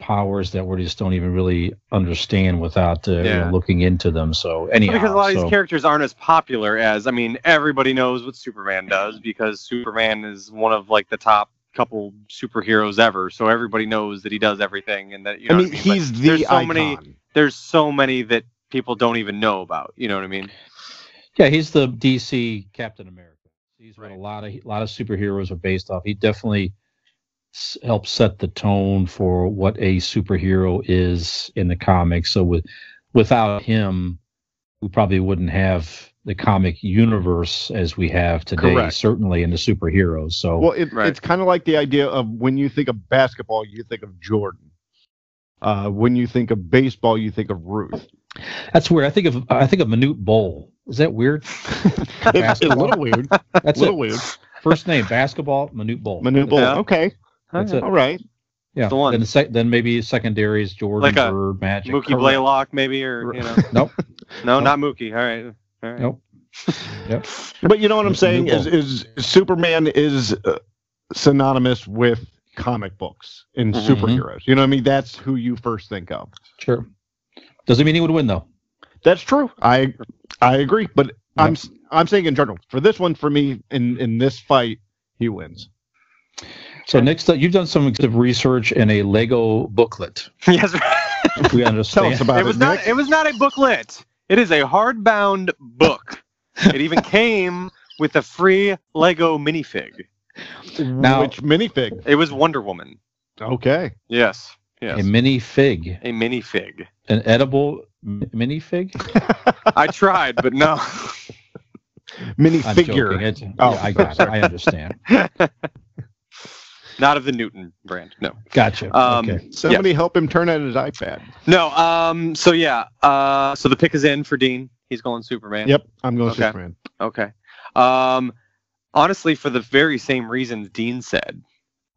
Speaker 2: powers that we just don't even really understand without uh, you know,
Speaker 3: Yeah.
Speaker 2: looking into them. So anyhow,
Speaker 3: because a lot of
Speaker 2: so-
Speaker 3: these characters aren't as popular as I mean, everybody knows what Superman does because Superman is one of like the top couple superheroes ever. So everybody knows that he does everything and that you know
Speaker 1: I
Speaker 3: what
Speaker 1: mean,
Speaker 3: But
Speaker 1: he's
Speaker 3: there's
Speaker 1: the
Speaker 3: so
Speaker 1: icon.
Speaker 3: many- there's so many that people don't even know about. You know what I mean?
Speaker 2: yeah, he's the DC Captain America. He's what
Speaker 3: Right.
Speaker 2: a lot of a lot of superheroes are based off. He definitely s- helped set the tone for what a superhero is in the comics. So with without him, we probably wouldn't have the comic universe as we have today.
Speaker 1: Correct.
Speaker 2: Certainly in the superheroes. So
Speaker 1: Well, it,
Speaker 3: Right.
Speaker 1: it's kind of like the idea of when you think of basketball, you think of Jordan. Uh, when you think of baseball, you think of
Speaker 2: [laughs]
Speaker 1: Ruth.
Speaker 2: That's weird. I think of I think of Manute Bowl. Is that weird?
Speaker 1: It's a
Speaker 2: [laughs]
Speaker 1: little weird.
Speaker 2: That's
Speaker 1: little
Speaker 2: it. [laughs]
Speaker 1: weird.
Speaker 2: First name basketball Manute Bowl.
Speaker 1: Manute Bol-
Speaker 3: Yeah.
Speaker 1: Okay.
Speaker 2: That's it.
Speaker 1: All right.
Speaker 2: Yeah.
Speaker 3: The one.
Speaker 2: Then, the sec- then maybe secondaries Jordan
Speaker 3: Like a
Speaker 2: Bird, Magic.
Speaker 3: Mookie
Speaker 2: Correct.
Speaker 3: Blaylock, maybe, or you know.
Speaker 2: [laughs] Nope.
Speaker 3: [laughs] No,
Speaker 2: Nope.
Speaker 3: not Mookie. All right. All right.
Speaker 2: Nope.
Speaker 1: But you know what I'm
Speaker 2: Manute
Speaker 1: saying is,
Speaker 2: Bol.
Speaker 1: is Superman is uh, synonymous with comic books and
Speaker 2: Mm-hmm.
Speaker 3: Mhm.
Speaker 1: superheroes. You know what I mean? That's who you first think of.
Speaker 2: Sure. Doesn't mean he would win though.
Speaker 1: That's true. I I agree, but I'm s- I'm saying in general for this one for me in in this fight he wins.
Speaker 2: So next, up, you've done some extensive research in a Lego booklet.
Speaker 3: [laughs] yes.
Speaker 2: We
Speaker 1: Tell us
Speaker 2: understand.
Speaker 1: about
Speaker 3: it
Speaker 1: it.
Speaker 3: was not.
Speaker 1: Nick.
Speaker 3: It was not a booklet. It is a hardbound
Speaker 2: [laughs]
Speaker 3: book. It even came with a free Lego minifig.
Speaker 2: Now-
Speaker 1: which minifig?
Speaker 3: It was Wonder Woman.
Speaker 1: Okay.
Speaker 3: Yes.
Speaker 2: a
Speaker 3: Yes.
Speaker 2: mini fig,
Speaker 3: A minifig.
Speaker 2: an edible m- mini fig.
Speaker 3: I tried, but no. [laughs]
Speaker 2: I'm
Speaker 1: Minifigure.
Speaker 2: joking. It's,
Speaker 1: Oh.
Speaker 2: yeah, I got it. I understand.
Speaker 3: Not of the Newton brand. No.
Speaker 2: Gotcha.
Speaker 3: Um,
Speaker 2: okay.
Speaker 1: Somebody help him turn out his iPad.
Speaker 3: No. Um. So yeah. Uh. So the pick is in for Dean. He's going Superman.
Speaker 1: Yep, I'm going
Speaker 3: Okay.
Speaker 1: Superman.
Speaker 3: Okay. Um, honestly, for the very same reasons Dean said,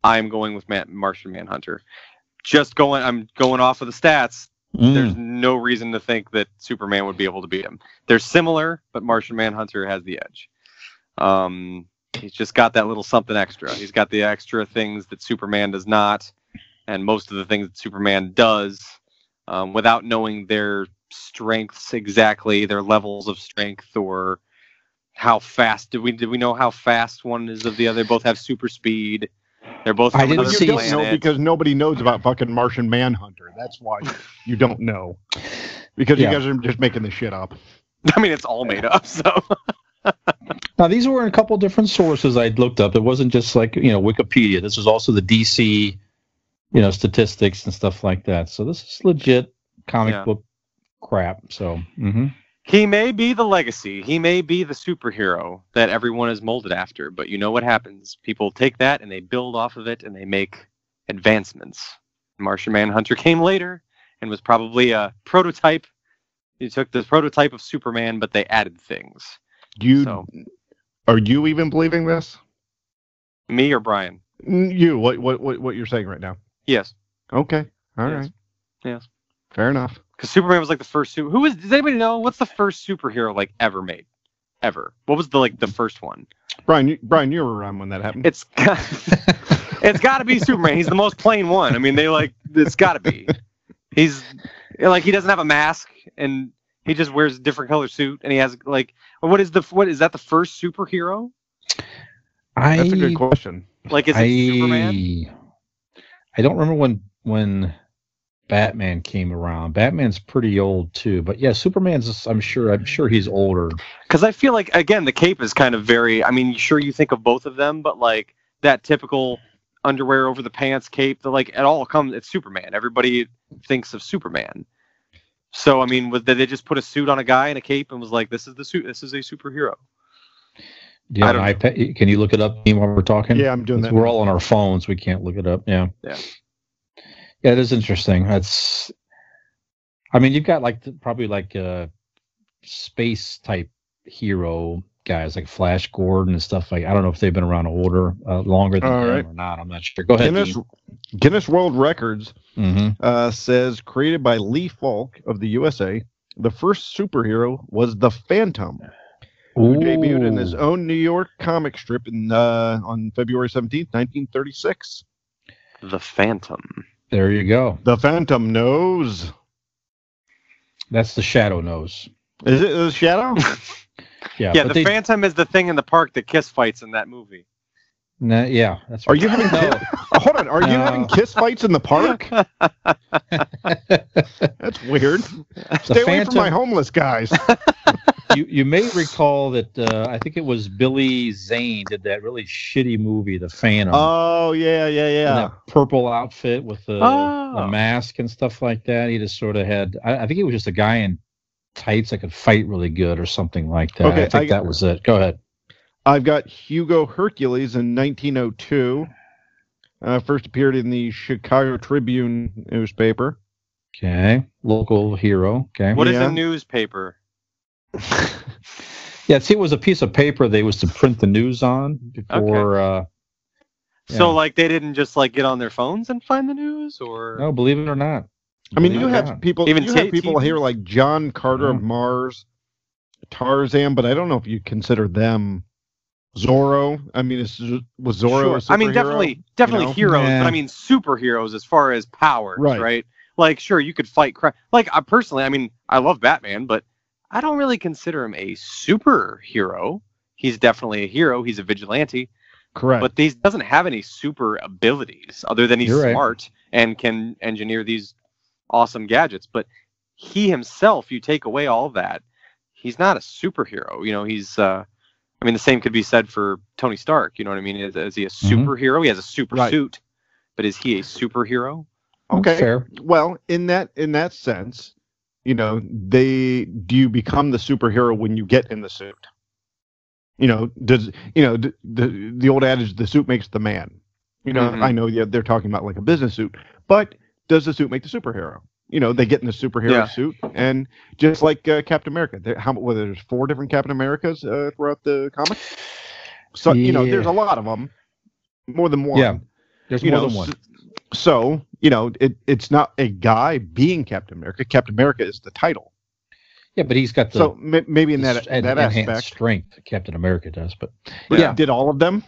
Speaker 3: I'm going with Man- Martian Manhunter. Just going, I'm going off of the stats. There's
Speaker 2: Mm.
Speaker 3: no reason to think that Superman would be able to beat him. They're similar, but Martian Manhunter has the edge. Um, he's just got that little something extra. He's got the extra things that Superman does not, and most of the things that Superman does, um, without knowing their strengths exactly, their levels of strength, or how fast did we did we know how fast one is of the other? They both have super speed. They're both.
Speaker 2: I
Speaker 3: from
Speaker 2: didn't
Speaker 1: But
Speaker 3: another
Speaker 2: see-
Speaker 1: you don't know
Speaker 3: planet.
Speaker 1: because nobody knows about fucking Martian Manhunter. That's why you don't know. Because
Speaker 2: Yeah.
Speaker 1: you guys are just making the shit up.
Speaker 3: [laughs] I mean, it's all made up. So
Speaker 2: Now, these were in a couple different sources I'd looked up. It wasn't just like, you know, Wikipedia. This was also the DC, you know, statistics and stuff like that. So this is legit comic
Speaker 3: Yeah.
Speaker 2: book crap. So, mhm.
Speaker 3: He may be the legacy. He may be the superhero that everyone is molded after, but you know what happens? People take that and they build off of it and they make advancements. Martian Manhunter came later and was probably a prototype. You took the prototype of Superman, but they added things.
Speaker 1: You
Speaker 3: so,
Speaker 1: are you even believing this?
Speaker 3: me or Brian?
Speaker 1: N- You what what what, what you're saying right now?
Speaker 3: Yes.
Speaker 1: Okay. all right.
Speaker 3: Yes. Yes.
Speaker 1: Fair enough.
Speaker 3: Because Superman was like the first super. Who was? Does anybody know what's the first superhero like ever made? Ever? What was the like the first one?
Speaker 1: Brian, you, Brian, you were around when that happened.
Speaker 3: It's [laughs] it's got to be Superman. He's the most plain one. I mean, they like it's got to be. He's like he doesn't have a mask and he just wears a different color suit and he has like what is the what is that the first superhero?
Speaker 2: I,
Speaker 1: That's a good question.
Speaker 3: Like is it
Speaker 2: I,
Speaker 3: Superman?
Speaker 2: I don't remember when, when Batman came around. Batman's pretty old too, but yeah, Superman's, I'm sure, I'm sure he's older.
Speaker 3: Because I feel like again the cape is kind of very. I mean, sure you think of both of them, but like that typical underwear over the pants cape that like it all comes it's Superman. Everybody thinks of Superman. So I mean, was, did they just put a suit on a guy and a cape and was like, "This is the suit. This is a superhero."
Speaker 2: Do you
Speaker 3: I
Speaker 2: have an iPad? Can you look it up Ian, while we're talking?
Speaker 1: Yeah, I'm doing that.
Speaker 2: We're all on our phones. We can't look it up. Yeah.
Speaker 3: Yeah.
Speaker 2: Yeah, it is interesting. That's I mean, you've got like th- probably like uh, space type hero guys like Flash Gordon and stuff like. I don't know if they've been around older, uh, longer than
Speaker 1: All
Speaker 2: them
Speaker 1: right.
Speaker 2: or not. I'm not sure. Go ahead.
Speaker 1: Guinness Guinness World Records
Speaker 2: Mm-hmm.
Speaker 1: uh, says created by Lee Falk of the USA, the first superhero was the Phantom, who debuted in his own New York comic strip in uh, on February 17th, 1936.
Speaker 3: The Phantom.
Speaker 2: There you go.
Speaker 1: The Phantom knows.
Speaker 2: That's the Shadow Nose.
Speaker 1: Is it the Shadow?
Speaker 2: [laughs] Yeah.
Speaker 3: Yeah,
Speaker 2: but
Speaker 3: the
Speaker 2: they-
Speaker 3: Phantom is the thing in the park that kiss fights in that movie.
Speaker 2: Nah, yeah. That's
Speaker 1: Are
Speaker 2: [laughs]
Speaker 1: you having Oh,
Speaker 2: No.
Speaker 1: Hold on, are you
Speaker 2: No.
Speaker 1: having kiss fights in the
Speaker 2: [laughs]
Speaker 1: park? That's weird. Stay away
Speaker 2: Phantom-
Speaker 1: from my homeless
Speaker 2: [laughs]
Speaker 1: guys.
Speaker 2: you, you may recall that uh, I think it was Billy Zane did that really shitty movie, The Phantom.
Speaker 1: oh yeah, yeah,
Speaker 2: in
Speaker 1: yeah.
Speaker 2: that purple outfit with the, the
Speaker 3: Oh.
Speaker 2: mask and stuff like that. He just sort of had. I, I think he was just a guy in tights that could fight really good or something like that.
Speaker 1: Okay,
Speaker 2: I think
Speaker 1: I-
Speaker 2: that was it. Go ahead.
Speaker 1: I've got Hugo Hercules in 1902. Uh, first appeared in the Chicago Tribune newspaper.
Speaker 2: Okay, local hero. Okay.
Speaker 3: What is
Speaker 1: Yeah.
Speaker 3: a newspaper?
Speaker 2: Yeah, see, it was a piece of paper they used to print the news on before.
Speaker 3: So
Speaker 2: Yeah.
Speaker 3: like they didn't just like get on their phones and find the news or
Speaker 2: Uh, no, believe it or not.
Speaker 1: I mean,
Speaker 2: Believe
Speaker 1: you
Speaker 2: it or
Speaker 1: have
Speaker 2: not.
Speaker 1: people,
Speaker 3: Even
Speaker 1: you have
Speaker 3: T-
Speaker 1: people
Speaker 3: TV?
Speaker 1: here like John Carter of
Speaker 2: Mhm.
Speaker 1: Mars, Tarzan, but I don't know if you consider them Zorro. I mean, is, was Zorro? A
Speaker 3: Sure. I mean
Speaker 1: superhero?
Speaker 3: definitely definitely
Speaker 1: know?
Speaker 3: heroes,
Speaker 2: Yeah.
Speaker 3: but I mean superheroes as far as powers,
Speaker 1: Right.
Speaker 3: right? Like sure you could fight crime. Like I personally, I mean I love Batman, but I don't really consider him a superhero. He's definitely a hero. He's a vigilante,
Speaker 1: correct.
Speaker 3: but he doesn't have any super abilities other than he's
Speaker 2: You're right.
Speaker 3: smart and can engineer these awesome gadgets. But he himself, you take away all that, he's not a superhero. You know, he's. Uh, I mean, the same could be said for Tony Stark. You know what I mean? Is, is he a superhero? He has a super
Speaker 1: Right.
Speaker 3: suit, but is he a superhero?
Speaker 1: okay,
Speaker 2: Fair.
Speaker 1: well in that in that sense you know they do you become the superhero when you get in the suit you know does you know d- the the old adage the suit makes the man you know
Speaker 2: Mm-hmm.
Speaker 3: Mhm.
Speaker 1: i know yeah, they're talking about like a business suit but does the suit make the superhero you know they get in the superhero
Speaker 3: Yeah.
Speaker 1: suit and just like uh, captain america there, how whether there's four different captain americas uh, throughout the comic so you know
Speaker 2: Yeah.
Speaker 1: there's a lot of them more than one
Speaker 2: Yeah. There's
Speaker 1: you
Speaker 2: more
Speaker 1: know,
Speaker 2: than one.
Speaker 1: s- so you know it, it's not a guy being captain america captain america is the title
Speaker 2: Yeah, but he's got the
Speaker 1: so ma- maybe in that
Speaker 2: s- en-
Speaker 1: that
Speaker 2: enhanced
Speaker 1: aspect
Speaker 2: strength that Captain America does, but
Speaker 1: but
Speaker 2: Yeah.
Speaker 1: did all of them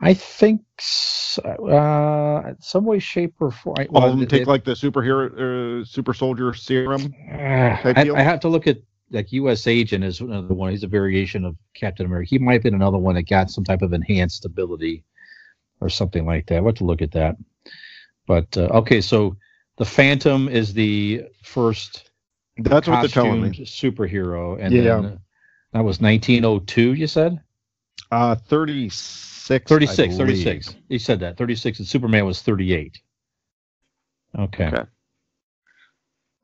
Speaker 2: I think s- uh, in some way, shape, or form. I,
Speaker 1: all
Speaker 2: well,
Speaker 1: of them
Speaker 2: it-
Speaker 1: take
Speaker 2: it-
Speaker 1: like the superhero uh, super soldier serum
Speaker 2: Ah,
Speaker 1: type
Speaker 2: I,
Speaker 1: deal?
Speaker 2: I have to look at like U.S. Agent is another one. He's a variation of Captain America. He might have been another one that got some type of enhanced ability or something like that. I have to look at that. But uh, okay, so the Phantom is the first
Speaker 1: that's what they're telling
Speaker 2: costumed
Speaker 1: me
Speaker 2: superhero, and
Speaker 1: Yeah.
Speaker 2: then, that was 1902. You said
Speaker 1: uh 36 I
Speaker 2: 36,
Speaker 1: believe.
Speaker 2: 36. He said that 36, and Superman was 38. Okay.
Speaker 3: Okay.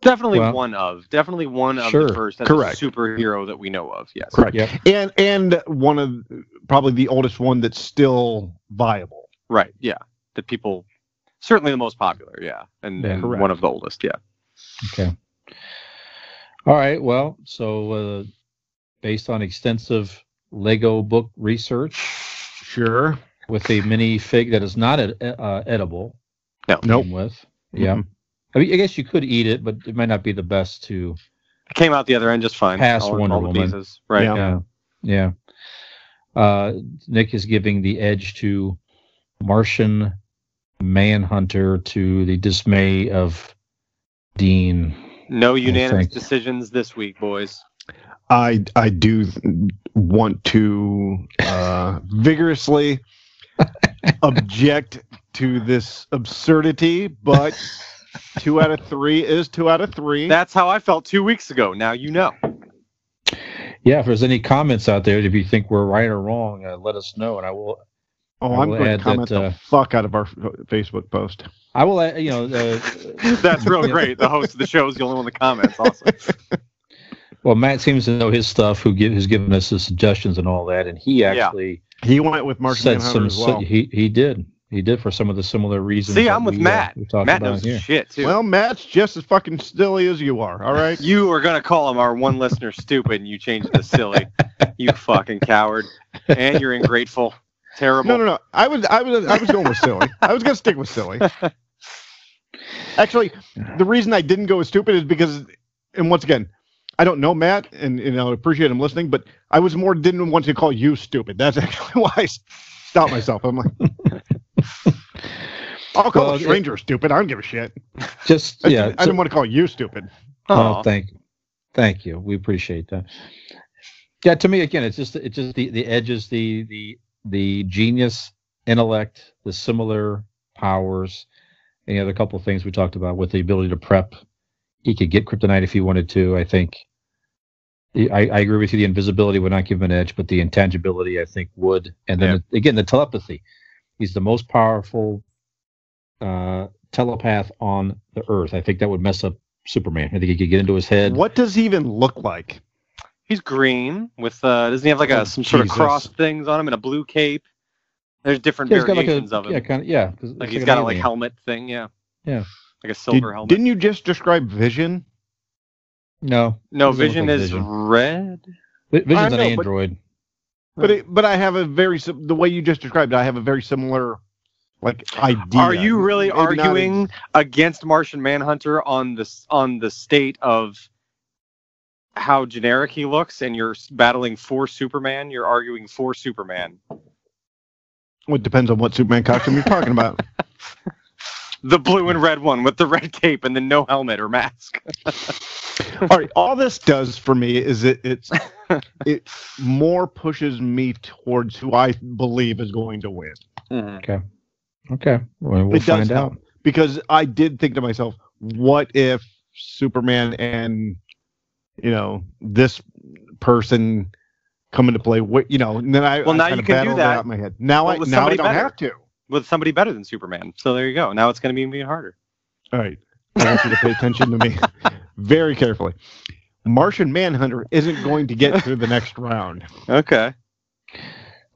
Speaker 3: Definitely
Speaker 2: Well-
Speaker 3: one of. Definitely one of
Speaker 2: Sure.
Speaker 3: the first that's a
Speaker 1: Correct.
Speaker 3: superhero that we know of. Yes.
Speaker 1: correct
Speaker 2: Yep.
Speaker 1: and and one of probably the oldest one that's still viable
Speaker 3: Right. Yeah. The people, certainly the most popular. Yeah. And,
Speaker 2: Yeah.
Speaker 3: and
Speaker 1: Correct.
Speaker 3: one of the oldest. Yeah.
Speaker 2: Okay. All right. Well, so uh, based on extensive Lego book research
Speaker 1: sure
Speaker 2: with a mini fig that is not ed- uh, edible,
Speaker 3: No.
Speaker 2: to
Speaker 1: Nope. Mm-hmm.
Speaker 2: begin with.
Speaker 1: Hmm.
Speaker 2: Yeah. I mean, I guess you could eat it, but it might not be the best to.
Speaker 3: It came out the other end just fine.
Speaker 2: Past
Speaker 3: all,
Speaker 2: Wonder
Speaker 3: all the
Speaker 2: Woman.
Speaker 3: pieces. Right.
Speaker 1: Yeah.
Speaker 2: Yeah. Yeah. Uh, Nick is giving the edge to Martian Manhunter to the dismay of Dean.
Speaker 3: No unanimous
Speaker 2: thanks.
Speaker 3: decisions this week, boys.
Speaker 1: I I do want to
Speaker 2: [laughs]
Speaker 1: uh, vigorously object to this absurdity, but two out of three is two out of three.
Speaker 3: That's how I felt two weeks ago. Now you know.
Speaker 2: Yeah, if there's any comments out there, if you think we're right or wrong, uh, let us know, and I will
Speaker 1: oh,
Speaker 2: I
Speaker 1: I'm
Speaker 2: will
Speaker 1: going
Speaker 2: add
Speaker 1: to comment
Speaker 2: that, uh,
Speaker 1: the fuck out of our Facebook post.
Speaker 2: I will, uh, you know, uh,
Speaker 3: That's real
Speaker 2: [laughs] Yeah.
Speaker 3: great. The host of the show is the only one that comments. Awesome.
Speaker 2: Well, Matt seems to know his stuff. Who give, has given us his suggestions and all that, and he
Speaker 3: Yeah.
Speaker 2: actually
Speaker 1: He went with Martian
Speaker 2: said
Speaker 1: Manhunter
Speaker 2: some.
Speaker 1: as well.
Speaker 2: He he did. He did for some of the similar reasons.
Speaker 3: See,
Speaker 2: that
Speaker 3: I'm with
Speaker 2: we, uh,
Speaker 3: Matt.
Speaker 2: we talked
Speaker 3: Matt
Speaker 2: about
Speaker 3: knows
Speaker 2: here.
Speaker 3: shit too.
Speaker 1: Well, Matt's just as fucking silly as you are. All right.
Speaker 3: you are gonna call him our one listener stupid, and you changed the
Speaker 2: [laughs]
Speaker 3: silly. You fucking coward, and you're ungrateful, terrible.
Speaker 1: No, no, no. I was, I was, I was going with silly. I was gonna stick with
Speaker 2: [laughs]
Speaker 1: silly. Actually, the reason I didn't go with stupid is because, and once again, I don't know Matt, and and I appreciate him listening, but I was more didn't want to call you stupid. That's [laughs] actually why I stopped myself. I'm like, [laughs] I'll call
Speaker 2: Well,
Speaker 1: a stranger stupid. I don't give a shit.
Speaker 2: Just
Speaker 1: I,
Speaker 2: yeah.
Speaker 1: I didn't want to call you stupid.
Speaker 2: Oh,
Speaker 3: Aw.
Speaker 2: thank, thank you. We appreciate that. Yeah, to me again, it's just it's just the the edges, the the the genius, intellect, the similar powers, and the other couple of things we talked about with the ability to prep. He could get kryptonite if he wanted to. I think. I, I agree with you. The invisibility would not give him an edge, but the intangibility I think would. And then again, the telepathy. He's the most powerful uh, telepath on the earth. I think that would mess up Superman. I think he could get into his head.
Speaker 1: What does he even look like?
Speaker 3: He's green with uh doesn't he have like a
Speaker 1: Oh,
Speaker 3: some sort
Speaker 1: Jesus.
Speaker 3: of cross things on him and a blue cape? There's different
Speaker 2: Yeah, he's got like a
Speaker 3: variations of him.
Speaker 2: yeah, kind of yeah. 'cause
Speaker 3: like
Speaker 2: it's
Speaker 3: he's
Speaker 2: an
Speaker 3: got a like
Speaker 2: alien.
Speaker 3: helmet thing, yeah.
Speaker 2: Yeah.
Speaker 3: Like a silver
Speaker 1: Did,
Speaker 3: helmet.
Speaker 1: didn't you just describe Vision?
Speaker 2: No,
Speaker 3: no,
Speaker 2: doesn't look
Speaker 3: Vision
Speaker 2: like
Speaker 3: is
Speaker 2: Vision.
Speaker 3: red.
Speaker 2: Vi-
Speaker 1: I
Speaker 2: Vision's an
Speaker 1: know, but-
Speaker 2: android.
Speaker 1: But it, but I have a very sim- the way you just described. it, I have a very similar like idea.
Speaker 3: Are you really
Speaker 1: Maybe not
Speaker 3: arguing
Speaker 1: as-
Speaker 3: against Martian Manhunter on this on the state of how generic he looks and you're s- battling for Superman, you're arguing for Superman.
Speaker 1: Well, it depends on what Superman costume you're talking
Speaker 3: [laughs]
Speaker 1: about.
Speaker 3: The blue and red one with the red cape and then no helmet or mask.
Speaker 1: all right, all this does for me is it
Speaker 3: [laughs]
Speaker 1: it's it more pushes me towards who I believe is going to win
Speaker 2: Mm-hmm. Okay, well, we'll
Speaker 1: It does
Speaker 2: find
Speaker 1: help.
Speaker 2: out.
Speaker 1: because I did think to myself, what if Superman and you know this person come into play? What you know? And then I
Speaker 3: Well,
Speaker 1: I
Speaker 3: now
Speaker 1: kinda
Speaker 3: you can do
Speaker 1: battled it
Speaker 3: that.
Speaker 1: out in my head. Now
Speaker 3: Well,
Speaker 1: I
Speaker 3: with
Speaker 1: now I
Speaker 3: somebody
Speaker 1: don't
Speaker 3: better.
Speaker 1: have to.
Speaker 3: With somebody better than Superman. So there you go. Now it's gonna be even harder.
Speaker 1: All right. I want you to pay attention to me [laughs] very carefully. Martian Manhunter isn't going to get through the next round.
Speaker 3: Okay.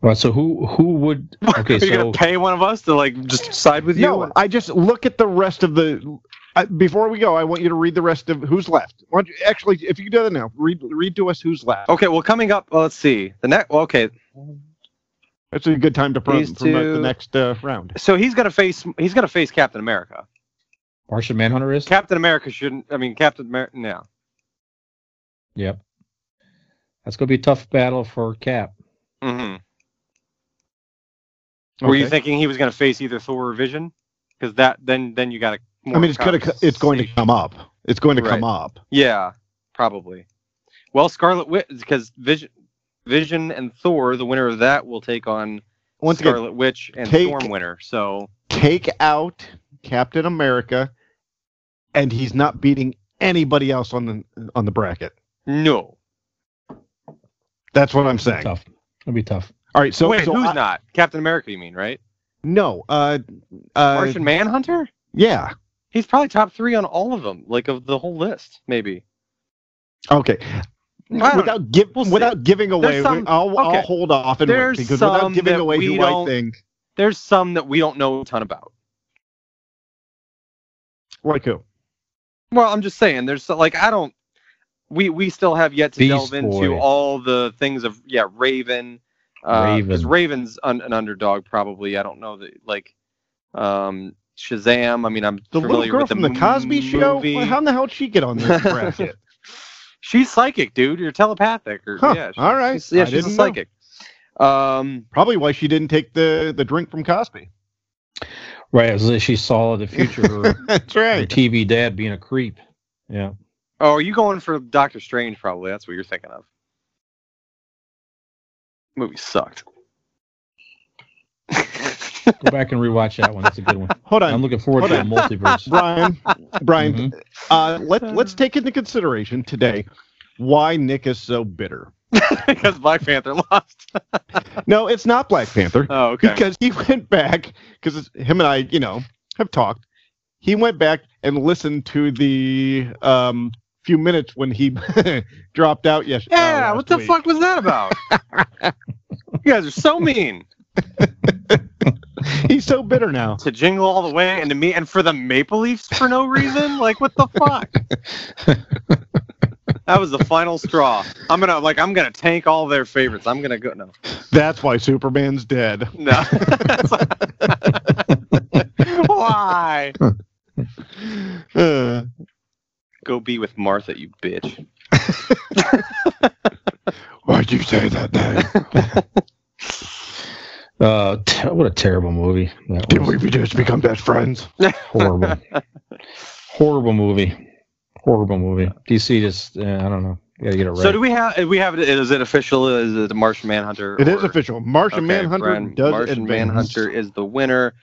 Speaker 2: Well, so who who would?
Speaker 3: [laughs]
Speaker 2: Okay,
Speaker 3: Are you
Speaker 2: so
Speaker 3: gonna pay one of us to like just side with you?
Speaker 1: [laughs] No, I just look at the rest of the. I, before we go, I want you to read the rest of who's left. Why don't you, actually, if you can do that now, read read to us who's left.
Speaker 3: Okay. Well, coming up. Well, let's see. The next. Well, okay.
Speaker 1: That's a good time to prom-
Speaker 3: These
Speaker 1: promote the
Speaker 3: two-
Speaker 1: next uh, round.
Speaker 3: So he's gonna face. He's gonna face Captain America.
Speaker 2: Martian Manhunter is.
Speaker 3: Captain America shouldn't. I mean, Captain America. No.
Speaker 2: Yep. That's gonna be a tough battle for Cap.
Speaker 3: hmm Were you
Speaker 1: Okay.
Speaker 3: thinking he was gonna face either Thor or Vision? Because that then then you got a.
Speaker 1: I mean, it's gonna co- it's going to come up. It's going to come up.
Speaker 3: Yeah, probably. Well, Scarlet Witch because Vision, Vision and Thor, the winner of that will take on
Speaker 1: Once again,
Speaker 3: Scarlet Witch and
Speaker 1: take-
Speaker 3: Storm winner. So
Speaker 1: take out Captain America, and he's not beating anybody else on the on the bracket.
Speaker 3: no.
Speaker 1: That's what I'm saying.
Speaker 2: Tough. It'll be tough.
Speaker 1: All right, so,
Speaker 3: Wait,
Speaker 1: so
Speaker 3: who's
Speaker 1: I-
Speaker 3: not? Captain America, you mean, right?
Speaker 1: no, uh, uh,
Speaker 3: Martian Manhunter?
Speaker 1: yeah,
Speaker 3: He's probably top three on all of them, like of the whole list, maybe.
Speaker 1: okay.
Speaker 3: don't-
Speaker 1: Without give,
Speaker 3: we'll see.
Speaker 1: without giving away,
Speaker 3: There's some-
Speaker 1: I'll, I'll
Speaker 3: okay.
Speaker 1: hold off and wait,
Speaker 3: There's
Speaker 1: because without
Speaker 3: some
Speaker 1: giving
Speaker 3: that
Speaker 1: away
Speaker 3: we
Speaker 1: who I
Speaker 3: don't-
Speaker 1: think,
Speaker 3: There's some that we don't know a ton about.
Speaker 1: like who?
Speaker 3: Well, I'm just saying, there's so- like I don't. We we still have yet to
Speaker 2: Beast
Speaker 3: delve into
Speaker 2: Boy.
Speaker 3: all the things of yeah Raven,
Speaker 2: Raven.
Speaker 3: because Raven's un, an underdog probably. I don't know that like um Shazam. I mean, I'm
Speaker 1: The
Speaker 3: familiar
Speaker 1: little girl
Speaker 3: with the
Speaker 1: from the Cosby
Speaker 3: m-
Speaker 1: Show.
Speaker 3: movie.
Speaker 1: Well, how in the hell did she get on
Speaker 3: [laughs]
Speaker 1: this bracket?
Speaker 3: She's psychic, dude. You're telepathic, or
Speaker 1: Huh,
Speaker 3: yeah, she-
Speaker 1: all right.
Speaker 3: she's- yeah,
Speaker 1: I
Speaker 3: she's a
Speaker 1: didn't know.
Speaker 3: psychic. Um,
Speaker 1: Probably why she didn't take the the drink from Cosby. [laughs]
Speaker 2: Right, as if she saw the future. Her,
Speaker 1: That's
Speaker 2: her TV dad being a creep. Yeah.
Speaker 3: oh, are you going for Doctor Strange? Probably that's what you're thinking of. Movie sucked. [laughs]
Speaker 2: Go back and rewatch that one. That's a good one.
Speaker 1: Hold
Speaker 2: I'm
Speaker 1: on,
Speaker 2: looking forward to the
Speaker 1: Hold
Speaker 2: multiverse.
Speaker 1: Brian. [laughs] Brian,
Speaker 2: Mhm.
Speaker 1: uh, let let's take into consideration today why Nick is so bitter.
Speaker 3: because Black Panther [laughs] lost.
Speaker 1: No, it's not Black Panther.
Speaker 3: Oh, okay.
Speaker 1: because he went back because him and I, you know, have talked. He went back and listened to the um, few minutes when he [laughs] dropped out. Yes. uh,
Speaker 3: Oh, Yeah,
Speaker 1: last
Speaker 3: what the
Speaker 1: week.
Speaker 3: [laughs] fuck was that about? you guys are so mean.
Speaker 1: [laughs] He's so bitter now.
Speaker 3: to jingle all the way and to me and for the Maple Leafs for no reason? like what the [laughs] fuck? that was the final straw. I'm gonna like I'm gonna tank all their favorites. I'm gonna go no.
Speaker 1: That's why Superman's dead.
Speaker 3: No. [laughs] Why?
Speaker 1: Uh,
Speaker 3: Go be with Martha, you bitch.
Speaker 1: why'd you say that name?
Speaker 3: [laughs]
Speaker 2: Uh, te- what a terrible movie. That
Speaker 1: Did
Speaker 2: was
Speaker 1: we just become best friends?
Speaker 2: horrible. horrible movie. Horrible movie. DC just, uh, I don't know. Gotta get it right.
Speaker 3: So do we have we have it is it official? Is it Martian Manhunter?
Speaker 1: It is
Speaker 3: or-
Speaker 1: official. Martian
Speaker 3: Okay,
Speaker 1: Manhunter
Speaker 3: Brian,
Speaker 1: does
Speaker 3: Martian
Speaker 1: advance.
Speaker 3: Manhunter is the winner.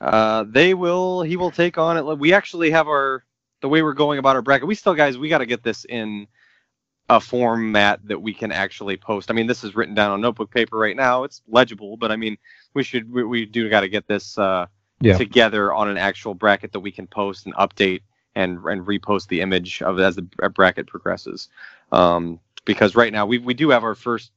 Speaker 3: Uh, they will. He will take on it. We actually have our the way we're going about our bracket. We still, guys, we got to get this in a format that we can actually post. I mean, this is written down on notebook paper right now. It's legible, but I mean, we should we, we do got to get this uh,
Speaker 2: Yeah.
Speaker 3: together on an actual bracket that we can post and update and and repost the image of as the bracket progresses. Um, because right now we we do have our first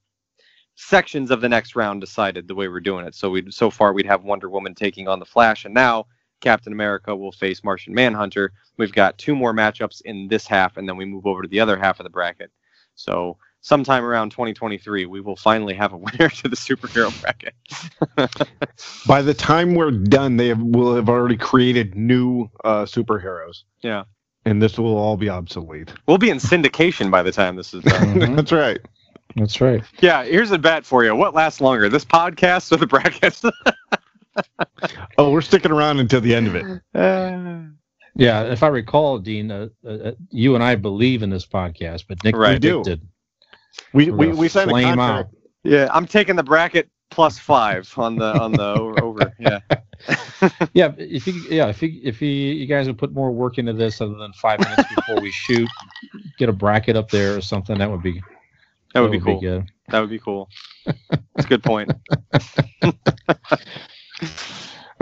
Speaker 3: sections of the next round decided the way we're doing it. So we so far we'd have Wonder Woman taking on the Flash, and now Captain America will face Martian Manhunter. We've got two more matchups in this half, and then we move over to the other half of the bracket. So sometime around 2023, we will finally have a [laughs] winner to the superhero bracket.
Speaker 1: By the time we're done, they have, will have already created new uh, superheroes.
Speaker 3: Yeah.
Speaker 1: And this will all be obsolete.
Speaker 3: We'll be in syndication by the time this is done. [laughs]
Speaker 1: [laughs]
Speaker 2: Mhm.
Speaker 1: That's right.
Speaker 2: That's right.
Speaker 3: yeah, here's a bet for you. What lasts longer, this podcast or the bracket? [laughs]
Speaker 1: Oh, we're sticking around until the end of it.
Speaker 3: Uh,
Speaker 2: Yeah, if I recall, Dean, uh, uh, you and I believe in this podcast, but Nick,
Speaker 3: Right. We
Speaker 1: do.
Speaker 2: predicted
Speaker 1: We
Speaker 2: we're
Speaker 1: we,
Speaker 2: gonna
Speaker 1: we signed a
Speaker 2: flame
Speaker 1: contract.
Speaker 3: yeah, I'm taking the bracket plus five on the on the over. over. Yeah.
Speaker 2: out. Yeah, if you, yeah, if you, if you, you guys would put more work into this other than five minutes before we shoot, get a bracket up there or something, that would be
Speaker 3: That would be cool.
Speaker 2: good.
Speaker 3: That would be cool. That's a good point.
Speaker 2: All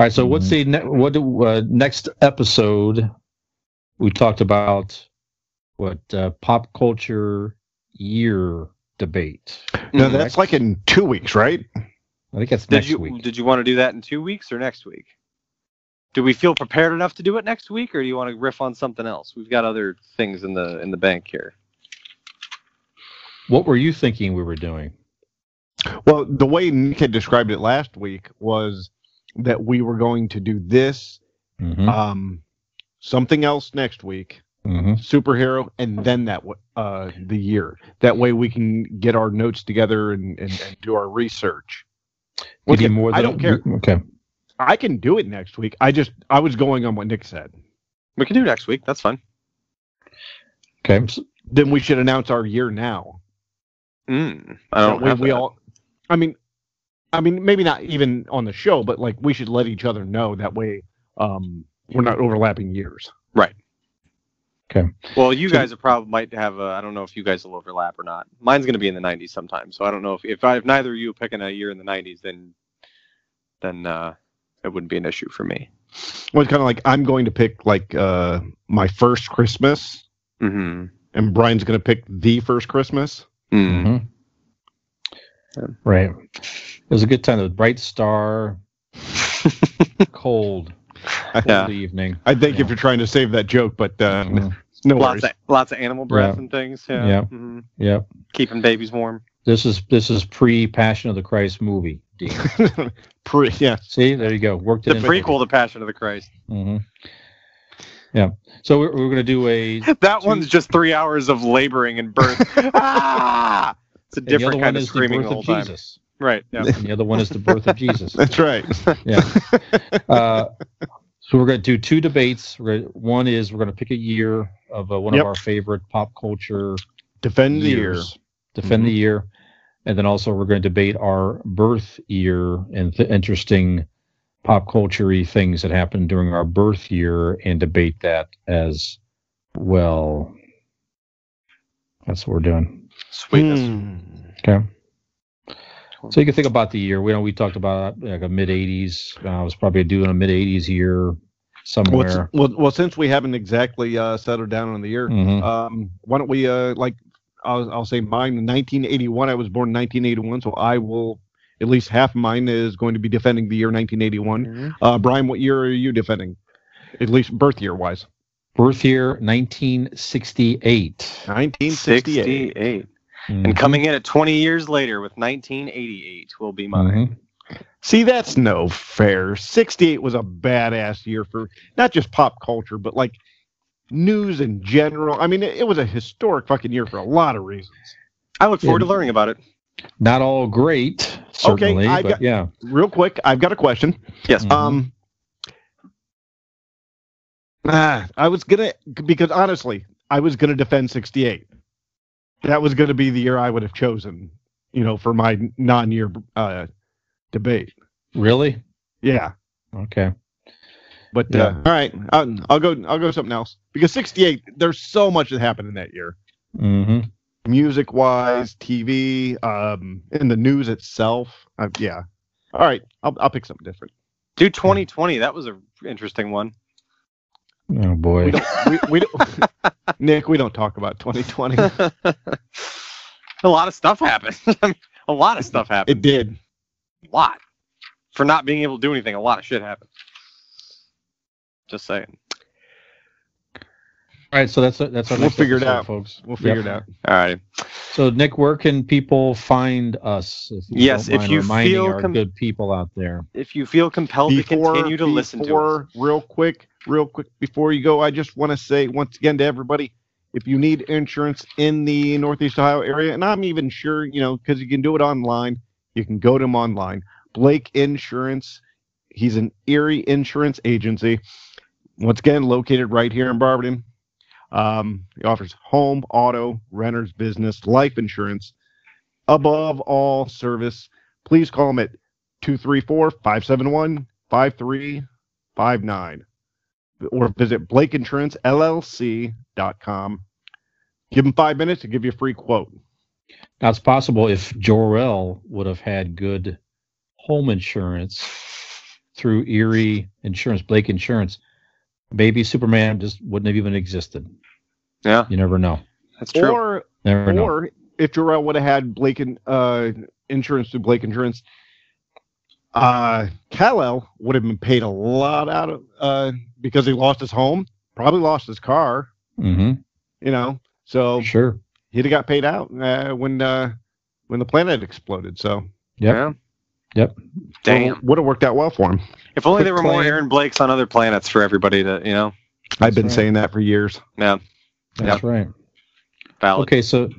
Speaker 2: right, so what's the ne- what do, uh, next episode? We talked about what uh, pop culture year debate.
Speaker 1: [laughs] No,
Speaker 3: Mhm.
Speaker 2: Mm-hmm.
Speaker 1: that's like in two weeks, right?
Speaker 2: I think that's
Speaker 3: did
Speaker 2: next
Speaker 3: you
Speaker 2: week.
Speaker 3: did you want to do that in two weeks or next week? Do we feel prepared enough to do it next week, or do you want to riff on something else? We've got other things in the in the bank here.
Speaker 2: What were you thinking we were doing?
Speaker 1: Well, the way Nick had described it last week was that we were going to do this,
Speaker 2: Mm-hmm.
Speaker 3: Uh,
Speaker 1: um, something else next week,
Speaker 2: mm-hmm.
Speaker 1: superhero, and then that w- uh, the year. That way we can get our notes together and, and, and do our research. Listen, I don't care.
Speaker 2: Okay.
Speaker 1: I can do it next week. I just I was going on what Nick said.
Speaker 3: We can do next week. That's fine.
Speaker 2: Okay. s-
Speaker 1: Then we should announce our year now.
Speaker 3: Mm, I don't
Speaker 1: that way
Speaker 3: have
Speaker 1: we
Speaker 3: that.
Speaker 1: all i mean i mean maybe not even on the show but like we should let each other know that way um we're not overlapping years
Speaker 3: Well, you
Speaker 1: So-
Speaker 3: guys are probably might have. I I don't know if you guys will overlap or not. Mine's going to be in the '90s sometime, so I don't know if if, I, if neither of you are picking a year in the '90s, then then uh, it wouldn't be an issue for me.
Speaker 1: well it's kind of like i'm going to pick like uh my first christmas
Speaker 3: Mm-hmm.
Speaker 1: and brian's going to pick the first christmas
Speaker 3: Mm.
Speaker 2: mhm.
Speaker 3: Mm-hmm.
Speaker 2: Right. It was a good time. The bright
Speaker 3: [laughs]
Speaker 2: star, cold,
Speaker 1: i,
Speaker 2: cold
Speaker 3: Yeah.
Speaker 2: evening.
Speaker 1: I think
Speaker 2: Yeah.
Speaker 1: if you're trying to save that joke but uh
Speaker 2: Mhm.
Speaker 1: [laughs] no
Speaker 3: Lots
Speaker 1: worries
Speaker 3: of lots of animal breath
Speaker 2: Yeah.
Speaker 3: and things. Yeah.
Speaker 2: Yeah.
Speaker 3: hmm
Speaker 2: Yep.
Speaker 3: Keeping babies warm.
Speaker 2: This is this is pre Passion of the Christ movie. Dean.
Speaker 1: Pre- yeah
Speaker 2: See, there you go. Worked it
Speaker 3: the
Speaker 2: in.
Speaker 3: prequel to Passion of the Christ.
Speaker 2: hmm Yeah. So we're, we're gonna do a and
Speaker 3: That one's just three hours of laboring and
Speaker 2: [laughs]
Speaker 3: birth. ah! It's a
Speaker 2: the
Speaker 3: different
Speaker 2: other
Speaker 3: kind
Speaker 2: one
Speaker 3: of
Speaker 2: is the
Speaker 3: screaming
Speaker 2: birth
Speaker 3: the whole
Speaker 2: of
Speaker 3: time.
Speaker 2: Jesus.
Speaker 3: Right.
Speaker 2: [laughs]
Speaker 3: Yeah.
Speaker 2: And the other one is the birth of
Speaker 3: [laughs]
Speaker 2: Jesus.
Speaker 1: that's right
Speaker 2: Uh, so we're going to do two debates. We're gonna, one is we're going to pick a year of uh, one
Speaker 1: Yep.
Speaker 2: of our favorite pop culture
Speaker 1: defend the year
Speaker 2: years, defend
Speaker 1: Mm-hmm.
Speaker 2: the year, and then also we're going to debate our birth year and th- interesting pop culture things that happened during our birth year and debate that as well. That's what we're doing.
Speaker 3: Sweetness.
Speaker 1: Hmm.
Speaker 2: Okay. So you can think about the year. We know we talked about like a mid '80s. Uh, I was probably doing a mid '80s year
Speaker 1: well,
Speaker 2: somewhere.
Speaker 1: s- well, well since we haven't exactly uh settled down on the year
Speaker 2: Mhm.
Speaker 1: Um, why don't we uh like I'll, I'll say mine 1981. I was born in 1981, so I will. At least half of mine is going to be defending the year 1981.
Speaker 3: Hmm.
Speaker 1: Uh, Brian, what year are you defending? At least birth year wise.
Speaker 2: Birth year 1968.
Speaker 1: 1968.
Speaker 2: Mm-hmm.
Speaker 3: And coming in at 20 years later with 1988 will be mine.
Speaker 2: Mhm.
Speaker 1: See, that's no fair. 68 was a badass year for not just pop culture, but like news in general. I mean, it, it was a historic fucking year for a lot of reasons.
Speaker 3: I look forward
Speaker 2: Yeah.
Speaker 3: to learning about it.
Speaker 2: Not all great, certainly,
Speaker 1: I
Speaker 2: but
Speaker 1: got-
Speaker 2: yeah. Mm-hmm.
Speaker 1: Real quick, I've got a question.
Speaker 3: Yes.
Speaker 1: Um, ah, I was gonna because honestly, I was gonna defend '68. That was gonna be the year I would have chosen, you know, for my non-year uh, debate.
Speaker 2: really?
Speaker 1: Yeah,
Speaker 2: Okay.
Speaker 1: but
Speaker 2: Yeah.
Speaker 1: Uh, all right, I'll, I'll go. I'll go something else because '68. There's so much that happened in that year,
Speaker 2: hmm
Speaker 1: music-wise, TV, um, in the news itself. Uh, yeah. All right, I'll, I'll pick something different.
Speaker 3: Do 2020. That was an interesting one. [laughs]
Speaker 2: Oh boy.
Speaker 1: We don't. We, we don't [laughs] Nick, we don't talk about 2020.
Speaker 3: a lot of stuff happened. [laughs] a lot of stuff happened.
Speaker 1: It did.
Speaker 3: a lot. For not being able to do anything, a lot of shit happened. Just saying.
Speaker 2: All right, so that's that's our
Speaker 1: We'll
Speaker 2: next
Speaker 1: figure it
Speaker 2: episode,
Speaker 1: out.
Speaker 2: folks.
Speaker 1: We'll figure
Speaker 2: Yep.
Speaker 1: it out.
Speaker 3: All right.
Speaker 2: So, Nick, where can people find us? If
Speaker 3: Yes,
Speaker 2: don't
Speaker 3: if
Speaker 2: mind
Speaker 3: you
Speaker 2: reminding
Speaker 3: feel
Speaker 2: our
Speaker 3: com-
Speaker 2: good people out there.
Speaker 3: If you feel compelled to continue to listen to us,
Speaker 1: before- real quick, real quick before you go, I just want to say once again to everybody, if you need insurance in the Northeast Ohio area, and I'm even sure, you know, because you can do it online, you can go to him online. Blake Insurance, he's an Erie insurance agency. Once again, located right here in Barberton. Um, he offers home, auto, renters, business, life insurance. Above all service, please call him at 234 571 5359 or visit blakeinsuranceLLC.com. Give them five minutes to give you a free quote.
Speaker 2: Now, it's possible if Jorel would have had good home insurance through Erie Insurance, Blake Insurance, maybe Superman just wouldn't have even existed.
Speaker 3: Yeah.
Speaker 2: You never know.
Speaker 3: that's true.
Speaker 1: Or
Speaker 2: Never know.
Speaker 1: or if Jarrell would have had Blake in, uh, insurance through Blake Insurance, uh, Kal-El would have been paid a lot out of uh, because he lost his home, probably lost his car,
Speaker 2: Mm-hmm.
Speaker 1: you know. So
Speaker 2: Sure.
Speaker 1: he'd have got paid out uh, when uh, when the planet exploded. So
Speaker 2: Yep.
Speaker 3: Yeah.
Speaker 2: Yep.
Speaker 3: Damn.
Speaker 1: would have worked out well for him.
Speaker 3: If only
Speaker 2: Quick
Speaker 3: there were more
Speaker 2: plan.
Speaker 3: Aaron Blakes on other planets for everybody to, you know,
Speaker 1: I've been
Speaker 2: right.
Speaker 1: saying that for years.
Speaker 3: yeah,
Speaker 2: That's right.
Speaker 3: valid.
Speaker 2: Okay, so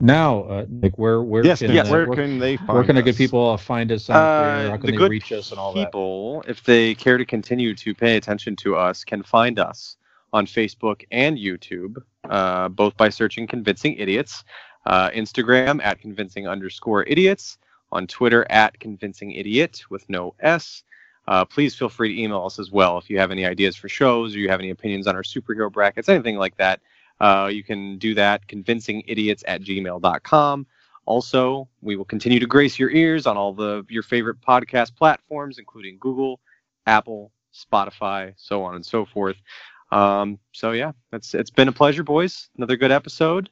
Speaker 2: now, uh, Nick, where where
Speaker 1: yes,
Speaker 2: can
Speaker 1: yes.
Speaker 2: uh,
Speaker 1: Where,
Speaker 2: where,
Speaker 1: can they find
Speaker 2: where can the good
Speaker 1: us?
Speaker 2: people uh, find us out there? How
Speaker 3: Uh,
Speaker 2: can
Speaker 3: the
Speaker 2: they
Speaker 3: good
Speaker 2: reach us and all that?
Speaker 3: people, if they care to continue to pay attention to us, can find us on Facebook and YouTube, uh, both by searching Convincing Idiots, uh, Instagram at convincing underscore idiots, on Twitter at convincing idiot with no S. Uh, please feel free to email us as well if you have any ideas for shows or you have any opinions on our superhero brackets, anything like that. Uh, you can do that convincingidiots at gmail.com. Also, we will continue to grace your ears on all the your favorite podcast platforms, including Google, Apple, Spotify, so on and so forth. Um, so yeah, that's it's been a pleasure, boys. Another good episode,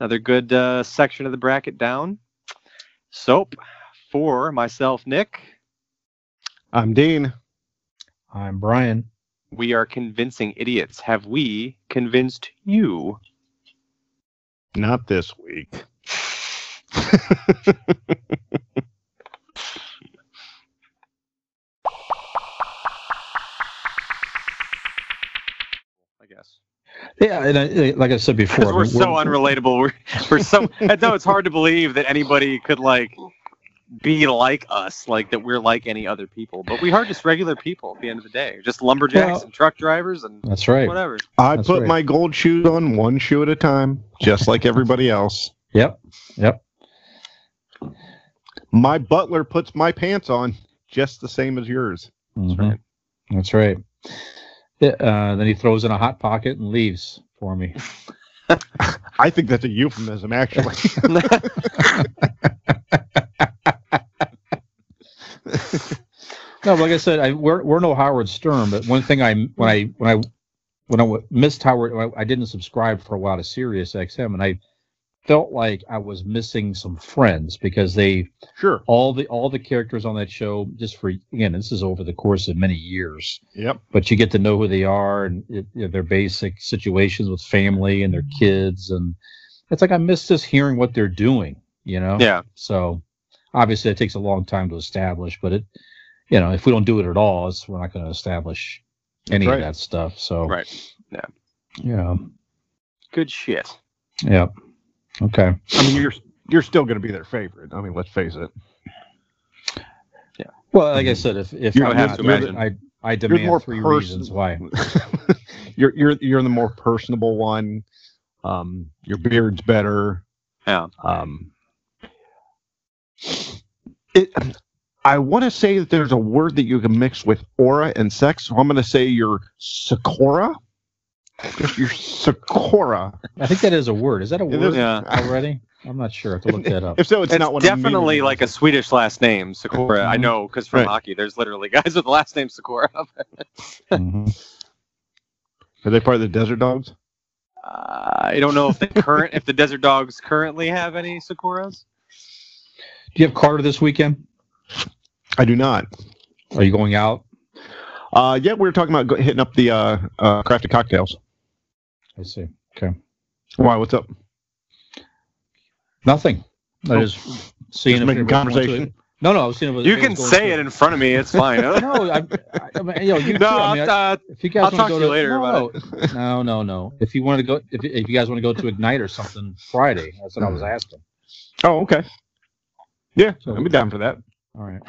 Speaker 3: another good uh, section of the bracket down. Soap for myself, Nick.
Speaker 1: I'm Dean.
Speaker 2: I'm Brian.
Speaker 3: We are convincing idiots. Have we convinced you?
Speaker 1: Not this week.
Speaker 3: I guess.
Speaker 2: Yeah, and I, like I said before, I
Speaker 3: because
Speaker 2: mean,
Speaker 3: we're so unrelatable. We're, we're so. I know it's hard to believe that anybody could like be like us, like that we're like any other people, but we are just regular people at the end of the day, just lumberjacks
Speaker 2: Well-
Speaker 3: and truck drivers and
Speaker 2: That's right.
Speaker 3: whatever.
Speaker 1: I
Speaker 2: That's
Speaker 1: put
Speaker 2: right.
Speaker 1: my gold shoes on one shoe at a time, just
Speaker 2: [laughs]
Speaker 1: like everybody else.
Speaker 2: Yep. Yep.
Speaker 1: My butler puts my pants on just the same as yours.
Speaker 2: Mhm.
Speaker 3: right.
Speaker 2: That's right. Yeah, Uh, then he throws in a hot pocket and leaves for me.
Speaker 1: I think that's a euphemism,
Speaker 2: [laughs]
Speaker 1: actually.
Speaker 2: No, but like I said, I, we're we're no Howard Stern, but one thing I when I when I when I missed Howard, I, I didn't subscribe for a while to Sirius XM, and I felt like I was missing some friends because they
Speaker 1: Sure.
Speaker 2: all the all the characters on that show just for again this is over the course of many years
Speaker 1: Yep.
Speaker 2: but you get to know who they are and you know, their basic situations with family and their kids and it's like i miss just hearing what they're doing you know
Speaker 3: Yeah.
Speaker 2: so obviously it takes a long time to establish but it you know if we don't do it at all it's, we're not going to establish any
Speaker 1: Right.
Speaker 2: of that stuff so
Speaker 3: Right. Yeah.
Speaker 2: yeah
Speaker 3: Good shit.
Speaker 2: yeah okay
Speaker 1: I mean, you're you're still going to be their favorite. I mean, let's face it. [laughs]
Speaker 2: well like i said if if
Speaker 1: You're-
Speaker 2: I'm
Speaker 1: I Mm-hmm. have
Speaker 2: not
Speaker 1: to
Speaker 2: doing it,
Speaker 3: imagine.
Speaker 2: i i demand
Speaker 1: more
Speaker 2: three
Speaker 1: person-
Speaker 2: reasons why
Speaker 1: you're you're you're the more personable one. Um, your beard's better.
Speaker 3: Yeah.
Speaker 1: Um, it. I want to say that there's a word that you can mix with aura and sex. So I'm going to say you're Sakura. You're Sakura.
Speaker 2: i think that is a word is that a
Speaker 1: It
Speaker 2: word
Speaker 1: is. [laughs]
Speaker 3: Yeah.
Speaker 2: already? I'm not sure. I have to look
Speaker 3: [laughs]
Speaker 2: that up.
Speaker 1: If so, it's
Speaker 3: It's
Speaker 1: not what I'm
Speaker 3: definitely
Speaker 1: meaning.
Speaker 3: like a Swedish last name, Sakura. I
Speaker 2: Mhm.
Speaker 3: know because from
Speaker 1: Right.
Speaker 3: hockey, there's literally [laughs] guys with the last name Sakura.
Speaker 2: Mhm.
Speaker 1: Are they part of the Desert Dogs?
Speaker 3: I don't know if the current, if the Desert Dogs currently have any Sakuras.
Speaker 2: Do you have Carter this weekend?
Speaker 1: I do not.
Speaker 2: Are you going out?
Speaker 1: Uh, yeah, we were talking about go- hitting up the uh, uh, crafted cocktails.
Speaker 2: I see. Okay.
Speaker 1: Why? What's up?
Speaker 2: Nothing. I
Speaker 1: Nope.
Speaker 2: just seeing
Speaker 1: Just
Speaker 2: if
Speaker 1: making
Speaker 2: everyone went to
Speaker 1: conversation.
Speaker 2: it. No, no. I was seeing if it was-
Speaker 3: You
Speaker 2: if it
Speaker 3: can
Speaker 2: was going
Speaker 3: say
Speaker 2: to-
Speaker 3: it in front of me. It's fine. no,
Speaker 2: No, I, I, I mean, you know,
Speaker 3: [laughs]
Speaker 2: you too, I
Speaker 3: I'll,
Speaker 2: mean, I-
Speaker 3: uh,
Speaker 2: if you guys
Speaker 3: I'll
Speaker 2: want
Speaker 3: talk
Speaker 2: go
Speaker 3: to you later
Speaker 2: no,
Speaker 3: about
Speaker 2: No, no, no. If you want to go, if, if you guys want to go to Ignite or something Friday,
Speaker 3: Hmm.
Speaker 2: that's what I was asking.
Speaker 1: Oh, okay. Yeah,
Speaker 2: So-
Speaker 1: I'll be down for that.
Speaker 2: All right.